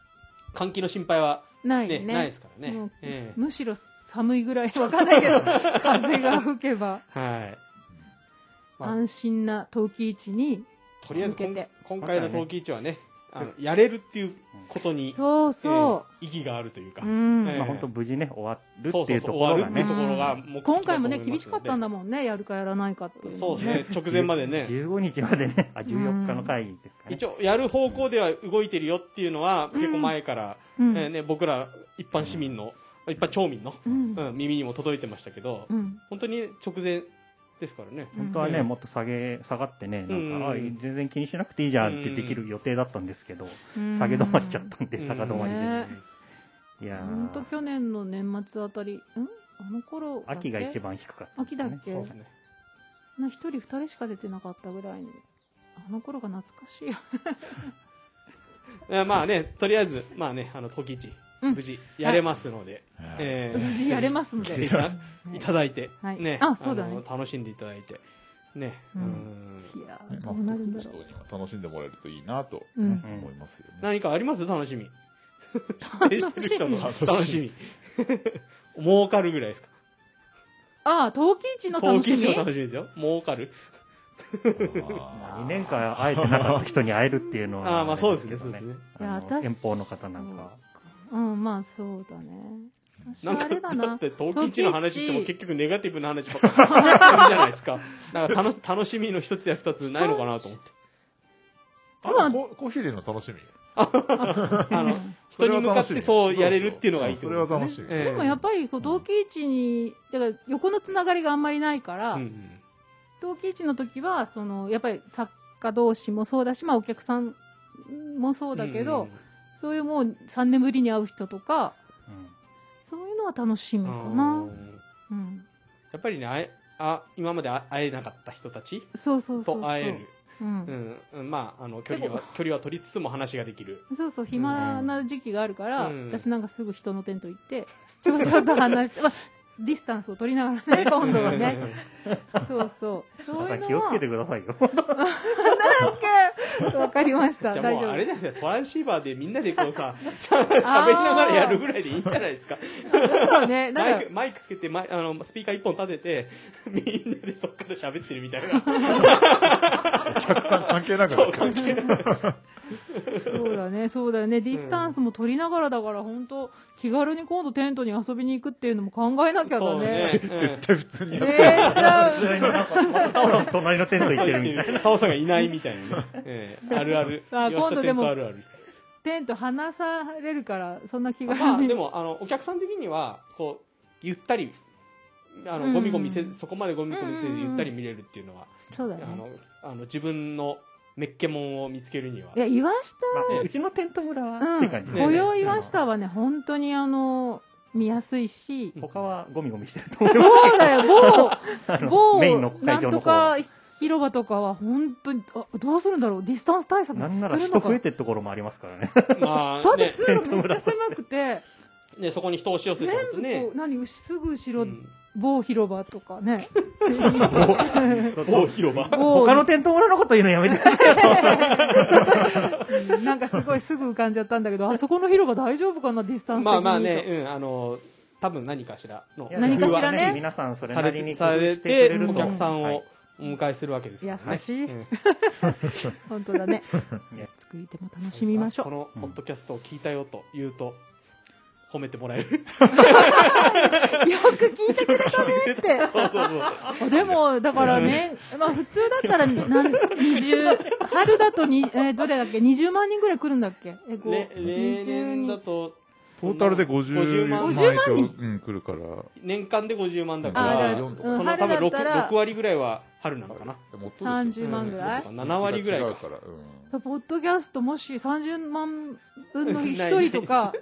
S1: 換気の心配は、
S3: ない
S1: ね
S3: ね
S1: ないですからね、
S3: うん
S1: ええ
S3: むしろ寒いぐらいわかんないけ ど風が吹けば
S1: はいまあ
S3: 安心な陶器市に
S1: とりあえずこん
S3: 向けて
S1: 今回の陶器市はねあのやれるっていうことに、
S3: そうそ
S1: ええ意義があるというか、
S3: う、うん
S1: ええ
S4: まあ、本当無事ね、終わる
S1: そう
S4: っ
S1: そ
S4: ていうう
S1: そ
S4: と
S1: う
S4: ころ
S1: 終わ
S4: が
S1: るって
S4: ね
S1: とこ。ろが目的だと思
S3: 今
S1: います
S3: 回も
S1: ので
S3: ね厳しかったんだもんねやるかやらないかっていうの
S1: そうですね直前までね
S4: 15日までね、あ、14日の会議ですかね。
S1: 一応やる方向では動いてるよっていうのは結構前から、
S3: うん
S1: えーね、僕ら一般市民の、一般町民の、
S3: うん
S1: うん耳にも届いてましたけど、
S3: うん
S1: 本当に直前ですからね、
S4: 本当はね、
S1: うん
S4: もっと下げ、下がってね、な
S1: うん
S4: んか、あ全然気にしなくていいじゃんって
S1: うん
S4: できる予定だったんですけど、
S3: うん
S4: 下げ止まっちゃったんで、
S1: うん
S4: 高止まり
S3: ね
S4: で。いや
S3: ほんと
S4: ー、
S3: 去年の年末あたりんあの頃だっけ
S4: 秋が一番低かったですね。
S3: 秋だっけ
S1: そうですね
S3: な一人二人しか出てなかったぐらいにあの頃が懐かしいよ
S1: いやまあねとりあえずまあねあの時市
S3: うん
S1: 無事やれますので、えー
S3: 無事やれますの
S1: 来てい
S3: で
S1: たいただいて、
S3: はい
S1: ね
S3: あそうだね
S1: の楽しんでいただいてね
S3: うん
S1: うん
S3: いや
S2: ね
S3: ーどうなるんだ
S2: 人
S3: ろう
S2: には楽しんでもらえるといいなと、
S3: うん
S2: ね思いますよね。
S1: 何かあります楽しみ
S3: 楽し
S1: し
S3: み
S1: てる人の
S2: 楽しみ
S1: 楽しみ 儲かるぐらいですか
S3: ああ陶器市の
S1: 投
S3: 楽し
S1: 機
S3: み
S1: の楽しみですよ儲かる
S4: ま
S2: あ
S4: あ
S2: ー
S4: 2年間会えてなかった人に会えるっていうのは、
S1: ああーまあそうですねそうですね
S3: いや
S4: あの
S3: 私
S4: 遠方の方なんかは。
S3: そうかうんまあそうだね私
S1: なん
S3: は
S1: か
S3: あれだ
S1: だっ
S3: な
S1: て陶器市の話しても
S3: 陶器市
S1: 結局ネガティブな話ばっかりする じゃないですか。なんか楽し楽しみの一つや二つないのかなと思って。
S2: あのココーヒー入れるの楽しみ。
S1: あ あの、人に向かってそうやれるっていうのがいいって
S2: そ
S1: こ
S2: れ
S1: と
S2: は
S1: ですね
S2: 楽しい。
S1: ええ
S3: でもやっぱりこう同期位置に、だから横のつながりがあんまりないから、
S1: うんうん
S3: 同期位置の時はそのやっぱり作家同士もそうだし、まあ、お客さんも そうだけど、
S1: うんうん
S3: そういうもう3年ぶりに会う人とか
S4: うん
S3: そういうのは楽しみか
S1: う、
S3: なんうん、
S1: やっぱりねあえあ今まであ会えなかった人たち
S3: そうそうそうそ
S1: と
S3: う
S1: 会える
S3: うん
S1: うんうんまああの距離は距離は取りつつも話ができる
S3: そうそう暇な時期があるから、
S1: うん
S3: 私なんかすぐ人のテント行ってちょこちょこっと話して、まあ、ディスタンスを取りながらね今度は ねそうそうそう
S4: だか
S3: いうのは
S4: ら気をつけてくださいよ。
S3: わかりまし
S1: じ
S3: た
S1: ゃあ
S3: 大
S1: もう
S3: 丈
S1: あ
S3: 夫
S1: れですよトランシーバーでみんなでこうさ 喋りながらやるぐらいでいいんじゃない ですか
S3: そうね
S1: マ
S3: なん
S1: イ
S3: か
S1: クマイクつけてマイあのスピーカー一本立てて みんなでそっから喋ってるみたいな
S2: お客さん関係なく
S1: そう関係ない
S3: そうだねそうだよねディスタンスも取りながらだから本当気軽に今度テントに遊びに行くっていうのも考えなきゃだ
S1: そう
S3: ね
S1: ね
S2: 絶対普通に
S3: ね
S2: やる。
S3: えじゃあ
S4: 普通になんか、またタオさん隣のテント行ってるみたい な。
S1: タオさんがいないみたいなね、ええあるある
S3: あ今度でも
S1: 岩下テントあるある
S3: テント離されるからそんな気軽に、
S1: まあでもあのお客さん的にはこうゆったりあ
S3: う
S1: の
S3: ん
S1: ゴミゴミせずそこまでゴミゴミせず
S3: うんうんうん
S1: ゆったり見れるっていうのは、
S3: そうだね
S1: あのあの自分のメッケモンを見つけるにはい
S3: や岩下
S4: まあうちのテント村
S3: う
S4: はって感じ
S3: ん、
S4: で。
S3: 雇用岩下はね、本当にあの、見やすいし、
S4: 他はゴミゴミしてると思います
S3: そう だよ、
S4: あ
S3: 某、
S4: の
S3: 某、
S4: メインの
S3: なん
S4: 会場
S3: と
S4: の方
S3: か。広場とかは本当に、あ、どうするんだろう、ディスタンス対策
S4: な
S3: す
S4: んなら
S3: るの
S4: 人
S3: か。
S4: 増え
S3: だ
S4: てるところもありますからね。
S1: まあ
S3: って
S1: ね
S3: 通路めっちゃ狭く て、
S1: ねそこに人を押し寄せ
S3: 全
S1: ちゃうと
S3: 部
S1: ね
S3: こう、何、うしすぐ後
S1: う
S3: ろ、
S1: ん
S3: 某広場とか ね。
S1: 大広場
S3: 某
S4: 他のテント村のこと言うのやめて。
S3: なんかすごいすぐ浮かんじゃったんだけど、あそこの広場大丈夫かな、ディスタンス的に。
S1: まあまあね、うん、あの多分何かしらの
S3: 何かしらね
S4: 皆さんそれ
S1: さ
S4: な
S1: れ
S4: りに
S1: て
S4: 工
S1: さ
S4: 夫
S1: れ
S4: してく
S1: て
S4: れると
S1: お客さん
S4: は
S1: を
S4: い
S1: お迎えするわけですからね
S3: 優しい
S1: うん
S3: 本当だ ね。作り手も楽しみましょう
S1: こ。のポッドキャストを聞いたよと言うと褒めてもらえる
S3: よく聞いてくれたねって。
S1: そうそうそう
S3: あでも、だからね、まあ普通だったら、なん、20、春だとに、えーどれだっけ ?20 万人ぐらい来るんだっけえ、こう、
S1: ね、例年だ
S3: 20人。
S1: と
S2: トータルで
S1: 50
S2: 50万
S1: 万
S2: 人
S3: 50万人
S2: うん、来るから。
S1: 年間で50万だか
S3: あ、だ
S1: ら
S3: から、
S2: 44とか
S3: うん、
S1: その多
S3: 春
S1: 分
S3: だ
S1: 6,
S3: ったら
S1: 6、割ぐらいは春なのかな
S2: もっとでしょ
S3: 30万ぐらい、
S1: 7割 ぐらい
S2: 違う
S1: か
S2: から。
S3: ポッドキャストもし30万分の
S1: ない
S3: 1人 とか、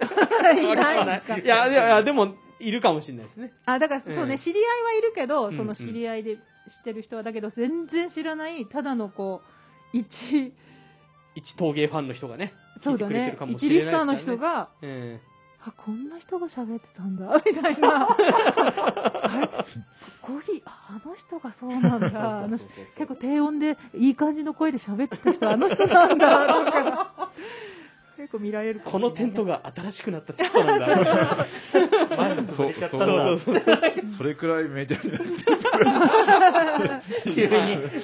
S3: いないか
S1: い。やいやいやでもいるかもしれないですね
S3: あ、だから、
S1: うん
S3: そうね、知り合いはいるけど、
S1: うん
S3: その知り合いで知ってる人は、だけど、全然知らない、ただのこう、一、
S1: 一陶芸ファンの人がね
S3: そうだね、一リスターの人
S1: が、
S3: が、
S1: え
S3: あこんな人が喋ってたんだ みたいなあれコーヒーああの人がそうなんだ
S1: え
S3: あの
S1: そう
S3: 人
S1: そうそう
S3: 結構低音でいい感じの声で喋ってた人あの人なんだ とか結構見られるか
S1: こ
S3: もし
S1: の
S3: れない
S1: テントが新しくなったテントなん だ
S2: うん。
S4: そ
S1: そ
S4: うそう
S1: うそうそう
S2: それくらいメディアになって
S4: 急に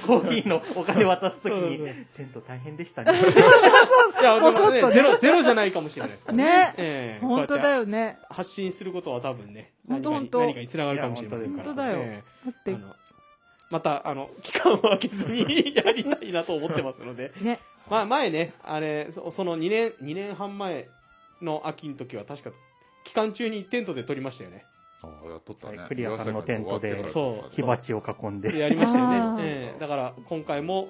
S4: コーヒーのお金渡すときに
S1: そうそ、
S4: テント大変でしたね。
S1: いやでもね
S3: もうちょっとね
S1: ゼロゼロじゃないかもしれないですから
S3: ね
S1: ええ
S3: 本当だよね
S1: こうやって発信することは多分ね
S3: 本
S1: 何
S3: 当
S1: かに何
S3: 本当
S1: かにつながるかもしれませんから
S3: いや本当だよ
S1: え
S3: だっ
S1: え
S3: て
S1: あのまたあの期間を空けずに やりたいなと思ってますので
S3: ね
S1: まあ前ねあれそその2年2年半前の秋の時は確か期間中にテントで撮りましたよね
S2: ああ、やっとったね。
S4: はいクリアさんのテントで
S1: そう
S4: 火鉢を囲んで。
S1: やりました
S3: あ
S1: よ
S3: ー
S1: ね、ええだから今回も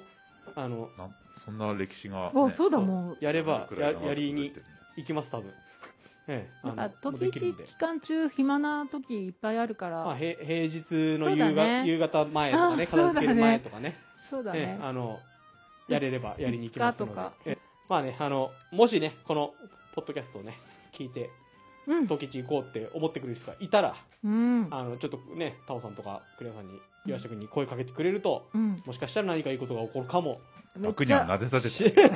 S1: あの
S2: なんそんな歴史が、
S3: おそうだ
S1: そう
S3: もう
S1: やればややりに
S2: い
S1: 行きます多分 ええあ
S3: な
S1: の
S3: んか
S1: もう
S3: 時
S1: できる
S3: 一
S1: んで
S3: 期間中暇な時いっぱいあるか
S1: まあ、
S3: ら
S1: へ平日の
S3: そう
S1: 夕
S3: だ
S1: 方,、
S3: ね
S1: 夕方前とかね
S3: あそうだ
S1: 片
S3: ね
S1: 付ける前とかね
S3: そうだ
S1: え
S3: ね
S1: えあのやれればやりに行きますので
S3: いつかとか
S1: ええまあねあのもしねこのポッドキャストをね聞いて
S3: うん
S1: 東吉行こうって思ってくれる人がいたら
S3: うん
S1: あのちょっとねタオさんとか栗谷さんに岩下君に声かけてくれると、
S3: うん
S1: もしかしたら何かいいことが起こるかも
S3: めっ
S2: 悪に
S3: ち
S2: は撫
S3: ゃ
S2: でさ
S1: し
S2: せて。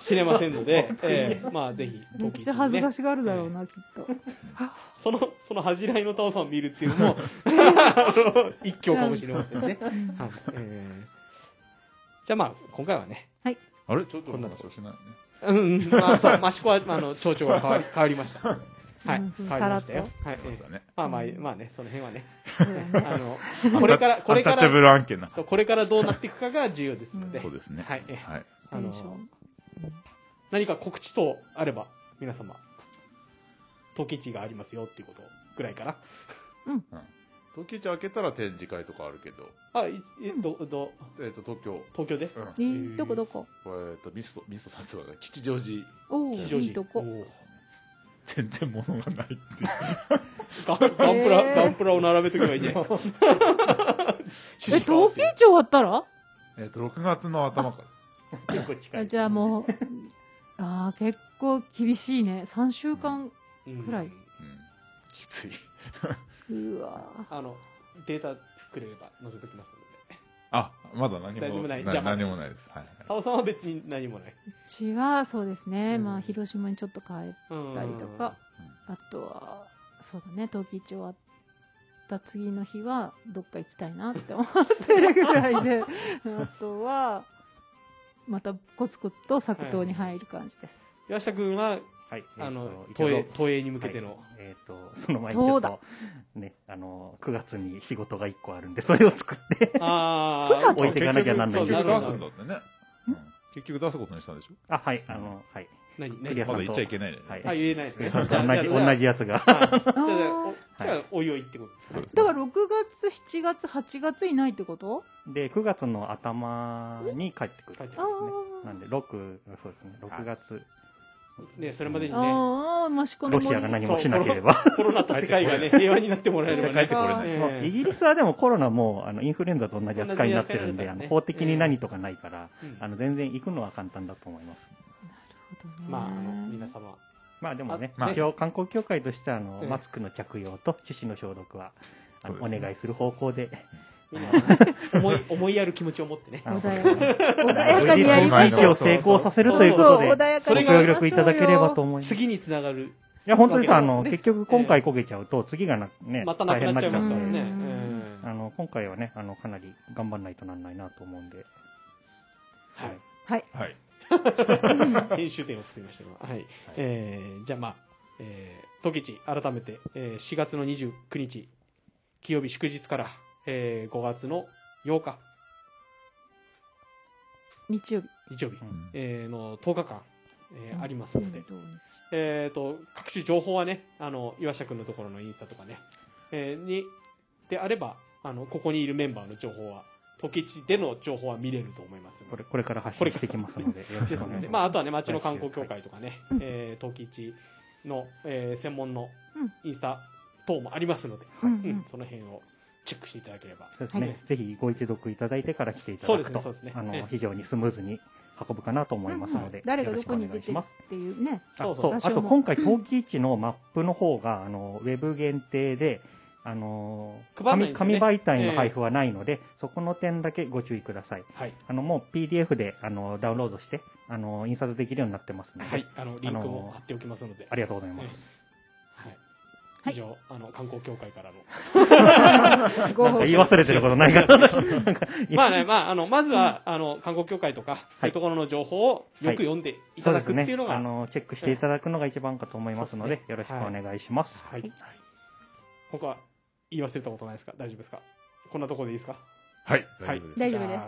S1: 知れませんので、ええまあぜひ
S3: めっ
S1: 東吉
S3: ちゃ恥ずか
S1: い
S3: しがるだろうなきっと
S1: そのその恥じらいのタオさんを見るっていうのも あの一興かもしれませんね
S3: うん
S1: はい、えーじゃあまあ今回はね、
S2: あれちょっと
S1: こんなと
S2: 話をしないね。
S1: うんうん、まあそう、益子はあの町長が変わり変わりま した。はい、
S3: うんそう
S1: 変わりましたよ。はい、
S2: そうだね。
S1: まあまあまあね、その辺は ね、
S3: そうだ ね
S1: あのこれからこれ
S2: ア
S1: か
S2: ンタッチャブ
S1: ら
S2: ル案件な。
S1: そうこれからどうなっていくかが重要ですので、
S2: そうですね。
S1: はい
S2: はい。
S1: あの
S3: テンション
S1: 何か告知とあれば、皆様、時地がありますよっていうことぐらいかな。
S2: 東京一開けたら展示会とかあるけど、
S1: あ、い、えど、ど、
S2: えっ、と、東京、
S1: 東京で
S2: うん、
S3: えーどこどこ
S2: えっ、と、ミスト、ミストさんそうだね、吉 祥寺。
S3: おお
S1: 吉祥寺
S3: いいとこ
S1: おー
S2: 全然物がないって。
S1: ガンガンプラ、
S3: へー
S1: ガンプラを並べとけばいいんじゃ ないですか。
S3: え東京一終わったら
S2: えっ、と、6月の頭から。
S4: 結構近
S3: あじゃあもう あー結構厳しいね3週間くらい
S1: うん
S2: うん。きつい。
S3: うわ
S1: あの、データくれれば載せときますので。
S2: あ、まだ何も
S1: 何もないじゃあ
S2: 何もないです。はい。
S1: タオさんは別に何もない。
S3: うちはそうですね、
S1: うん
S3: まあ広島にちょっと帰っ
S1: うん
S3: たりとか。あとはそうだね冬季一終わった次の日はどっか行きたいなって思ってるぐらいであとはまたコツコツと作刀に入る感じです、
S1: 岩下君は、
S4: はい。
S1: あの
S4: え、っと
S1: 都営、
S4: 一応
S1: 都営に向けての。
S4: えっ、と、その前にち
S3: そ
S4: ょ
S3: う
S4: っ
S3: だ
S4: と、ね、あの、9月に仕事が1個あるんで、それを作って、
S1: あ
S3: 九月
S1: ー
S4: 置いてかなきゃなんない
S1: そ
S2: 結
S1: う
S4: けど
S2: 局
S1: な
S2: 出
S1: るほ
S2: すんだ
S1: ど
S2: ってね。うん結局出すことにしたんでしょ
S4: あ、はい、あの、はい。
S1: 何
S4: クリ
S1: 何
S4: ア
S2: まだ言っちゃいけないね。
S4: はい
S1: あ、言えない。じゃ
S4: 同
S1: あ
S4: じ、同じ。やつが。
S1: じゃあじゃあじゃあ
S3: あー
S1: おじゃあ、おいおいってことです
S2: そう
S1: ね
S2: です。
S3: だから6月7月8月いないってこと
S4: で、9月の頭に帰ってくるんですね
S3: あ。ー
S4: なんで、6、そうですね、6月。
S1: ねそれまでにね
S3: ああ益子の
S4: ロ
S3: 森
S4: シアが何もしなければ。
S1: コロナと世界がね、平和になってもらえれば
S2: 帰って
S1: ね。
S2: これない。
S1: え
S4: もうイギリスはでもコロナもうあのインフルエンザと同じ扱いになってるん
S1: 同じ扱いなんだ
S4: で、
S1: ね
S4: あの法的に何とかないから、
S1: うん
S4: あの全然行くのは簡単だと思います。
S1: まあ、あの、皆様。
S4: まあでもね、
S2: あね
S4: 一応観光協会としてあの、
S1: ええ
S4: マスクの着用と手指の消毒は、あの
S2: そうですね
S4: お願いする方向で、
S1: みんな、思い、思いやる気持ちを持ってね。
S4: あの
S3: 穏やかに穏やかにやり
S2: ましょう
S4: 無事を成功させるということ
S3: そ
S4: で、
S3: うそう穏やか
S4: ご
S1: に
S4: 協力いただければと思います。い
S1: 次につながる。
S4: や、本当にさ、あ
S1: わ
S4: の、
S1: けですね
S4: 結局今回焦げちゃうと、次がな、ね、
S1: またなくなっちゃいますから
S4: 大変になっちゃうん
S1: ね。
S3: う
S4: で
S3: ん
S1: うん
S4: あの、今回はね、あの、かなり頑張んないとなんないなと思うんで、
S1: は
S3: はい
S2: はい。
S1: い。 編集点を作りました、今。はい。えーじゃあまあ、えー、時吉、改めて、えー4月の29日、金曜日祝日から、えー5月の8日、
S3: 日曜日
S1: 日曜日、
S4: うん
S1: えーの10日間、えーありますので、
S3: うん
S1: えー、と各種情報はねあの岩下君のところのインスタとかね、えーにであればあのここにいるメンバーの情報は時地での情報は見れると思いますので
S4: これ、これから発信していきますので、よろし
S1: で
S4: く
S1: す
S4: お願
S1: の
S4: いし
S1: で、まあ、
S4: ま
S1: あとはね町の観光協会とかね、えー、時地の、えー専門のインスタ等もありますので、
S3: うん
S1: う
S3: うんん、
S1: その辺をチェックしていただければ
S4: す。そうですね、
S3: はい
S4: ぜひご一読いただいてから来ていた
S1: そう
S4: だ
S1: で
S4: く
S1: す
S4: と、
S1: ねそうですね
S4: あ
S1: ええ
S4: の、非常にスムーズに運ぶかなと思いますので、
S3: 誰が
S4: よろ
S3: ど
S4: しくお
S3: こ
S4: 願
S3: に出
S4: い
S3: て
S4: し
S3: る
S4: ま
S3: っ
S4: す。
S3: ていうね
S4: あ
S1: そうそう
S4: そう
S3: 多
S4: あ
S3: 少
S4: と
S3: も
S4: 今回、陶器市のマップの方があのウェブ限定で、あの
S1: 配んないん
S4: 紙
S1: ですよね
S4: 紙媒体の
S1: ええ
S4: 配布はないので、そこの点だけご注意ください。
S1: はい、
S4: あのもう PDF であのダウンロードしてあの印刷できるようになってますので、
S1: はい、あのリンクも貼っておきますので、
S4: ありがとうございます。
S1: はい
S3: はい
S1: 以上あの観光協会からの
S3: ご報
S4: なんか
S3: 告
S4: 言い忘れてることないか な。なんか
S1: まあね、まあ、あの、まずは、あの、観光協会とか、そういうところの情報をよく読んでいただくっていうのが、
S4: そですね、あのチェックしていただくのが一番かと思いますので、
S1: そうですね
S4: よろしくお願いします。
S1: はい。他は言い忘れたことないですか大丈夫ですかこんなところでいいですか
S2: はい。
S1: はい
S2: 大丈夫です。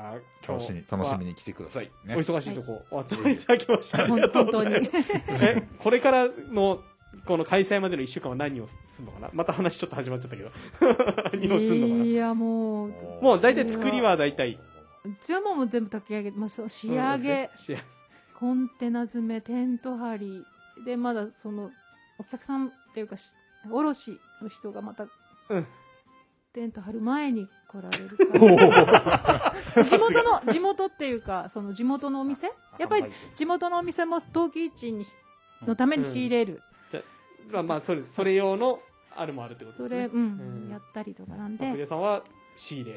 S3: 大丈
S1: す
S3: 夫です
S2: 楽しみ、楽しみに来てください。ね
S1: お忙しいとこ、お集まりいただきました。ありがとう
S3: 本
S1: ご
S3: 当
S1: ざい ます
S3: に
S1: え、これからの、この開催までの1週間は何をするのかなまた話ちょっと始まっちゃったけど。 何をするのかない
S3: やもう
S1: もう大体作りは大体。
S3: うちはもう全部炊き上げまあそう仕上げ、
S1: 仕上げ
S3: コンテナ詰めテント張りでまだそのお客さんっていうかし卸の人がまた、
S1: うん
S3: テント張る前に来られるから 地元の地元っていうかその地元のお店やっぱり地元のお店も陶器市にしのために仕入れる、
S1: まあまあ、それ、それ用の、あれもあるってこと
S3: そ
S1: ですね
S3: れ、。うん
S1: うん
S3: やったりとかなん
S1: まあ
S3: で
S1: 藤井さんは仕入れ。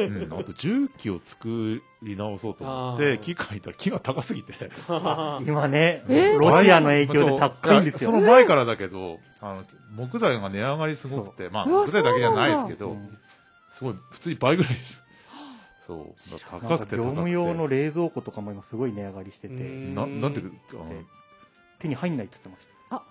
S2: うんあと重機を作り直そうと思っ
S1: あー
S2: て、木書いたら木が高すぎて。
S4: 今ね、
S3: えー
S4: ロシアの影響で高いんですよ。
S2: そうその前からだけど、あの、木材が値上がりすごくて、まあ、
S3: うわ
S2: 木材だけじゃないですけ
S4: う
S2: ど、
S4: ん
S2: すごい、普通に倍ぐらいでしょ。そう。だから
S4: なん
S2: 高
S4: か
S2: くて
S4: 業
S2: 高くて。
S4: 務用の冷蔵庫とかも今すごい値上がりしてて、
S2: な、なんていうか、あ
S4: う
S2: の
S4: ん、手に入んないって言ってまし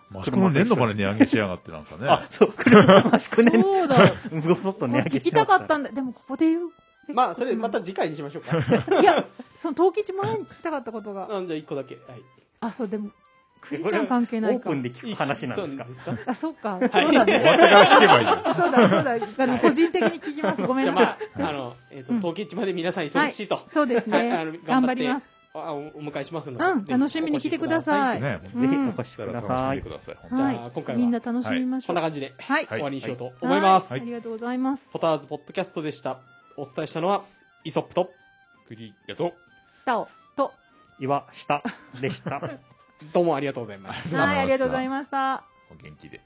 S2: マシコの年度まで値上げしやがってなん かね。
S4: た。あ、そう、車マシクね、
S3: そうだ
S4: ごそっと
S3: こ
S4: 値
S3: れ
S4: 上げ
S3: 聞
S4: して
S3: き
S4: ま
S3: た
S4: し
S3: かったんだでもここで言う
S1: まあ、そ れまた次回にしましょうか。
S3: いやその陶器市前に聞きたかったことが
S1: なんじゃあ一個だけ。はい。
S3: あ、そう、でも、クリ
S4: こ
S3: ち
S4: れ
S3: ゃん関係ない
S4: オー
S3: か
S4: プ。ンで聞く話なんですか
S1: そうか
S3: あ、そうか。そうだ
S2: 終わっ
S3: ね。
S2: てから聞けばいいよ。
S3: そうだ、そうだ。あの、個人的に聞きます。ごめん
S1: じゃ
S3: な
S1: あ
S3: さ
S1: ま
S3: い。
S1: あ、あの、えっと、
S3: うん
S1: 陶芸市まで皆さん忙しいと。
S3: そうです
S1: はいあの
S3: ね。頑張ります。
S1: あおお迎えしますので。
S3: うん
S1: ぜひ
S3: 楽しみに来てください
S2: ね、
S3: う
S4: ぜひ
S3: ん
S4: お越し
S2: だ
S4: く
S2: から楽
S4: ださ
S2: しんで
S4: い。
S2: ください。本当に
S1: ゃあ
S3: は
S1: 今回
S3: い。
S1: は
S3: みんな楽しみま
S1: お
S3: し
S1: こ
S3: ょ
S1: ん
S3: う。
S1: な
S3: はい。
S1: 感じで
S2: はい
S1: 終わりにしようと思
S3: はい
S1: ます。
S3: ありがとうございます。
S1: ポターズポッドキャストでした。お伝えしたのは、イソップと、
S2: クリアと。
S3: タオと。
S4: 岩下でした。
S1: どうもありがとうございました。
S3: はい、ありがとうございました。
S2: お元気で。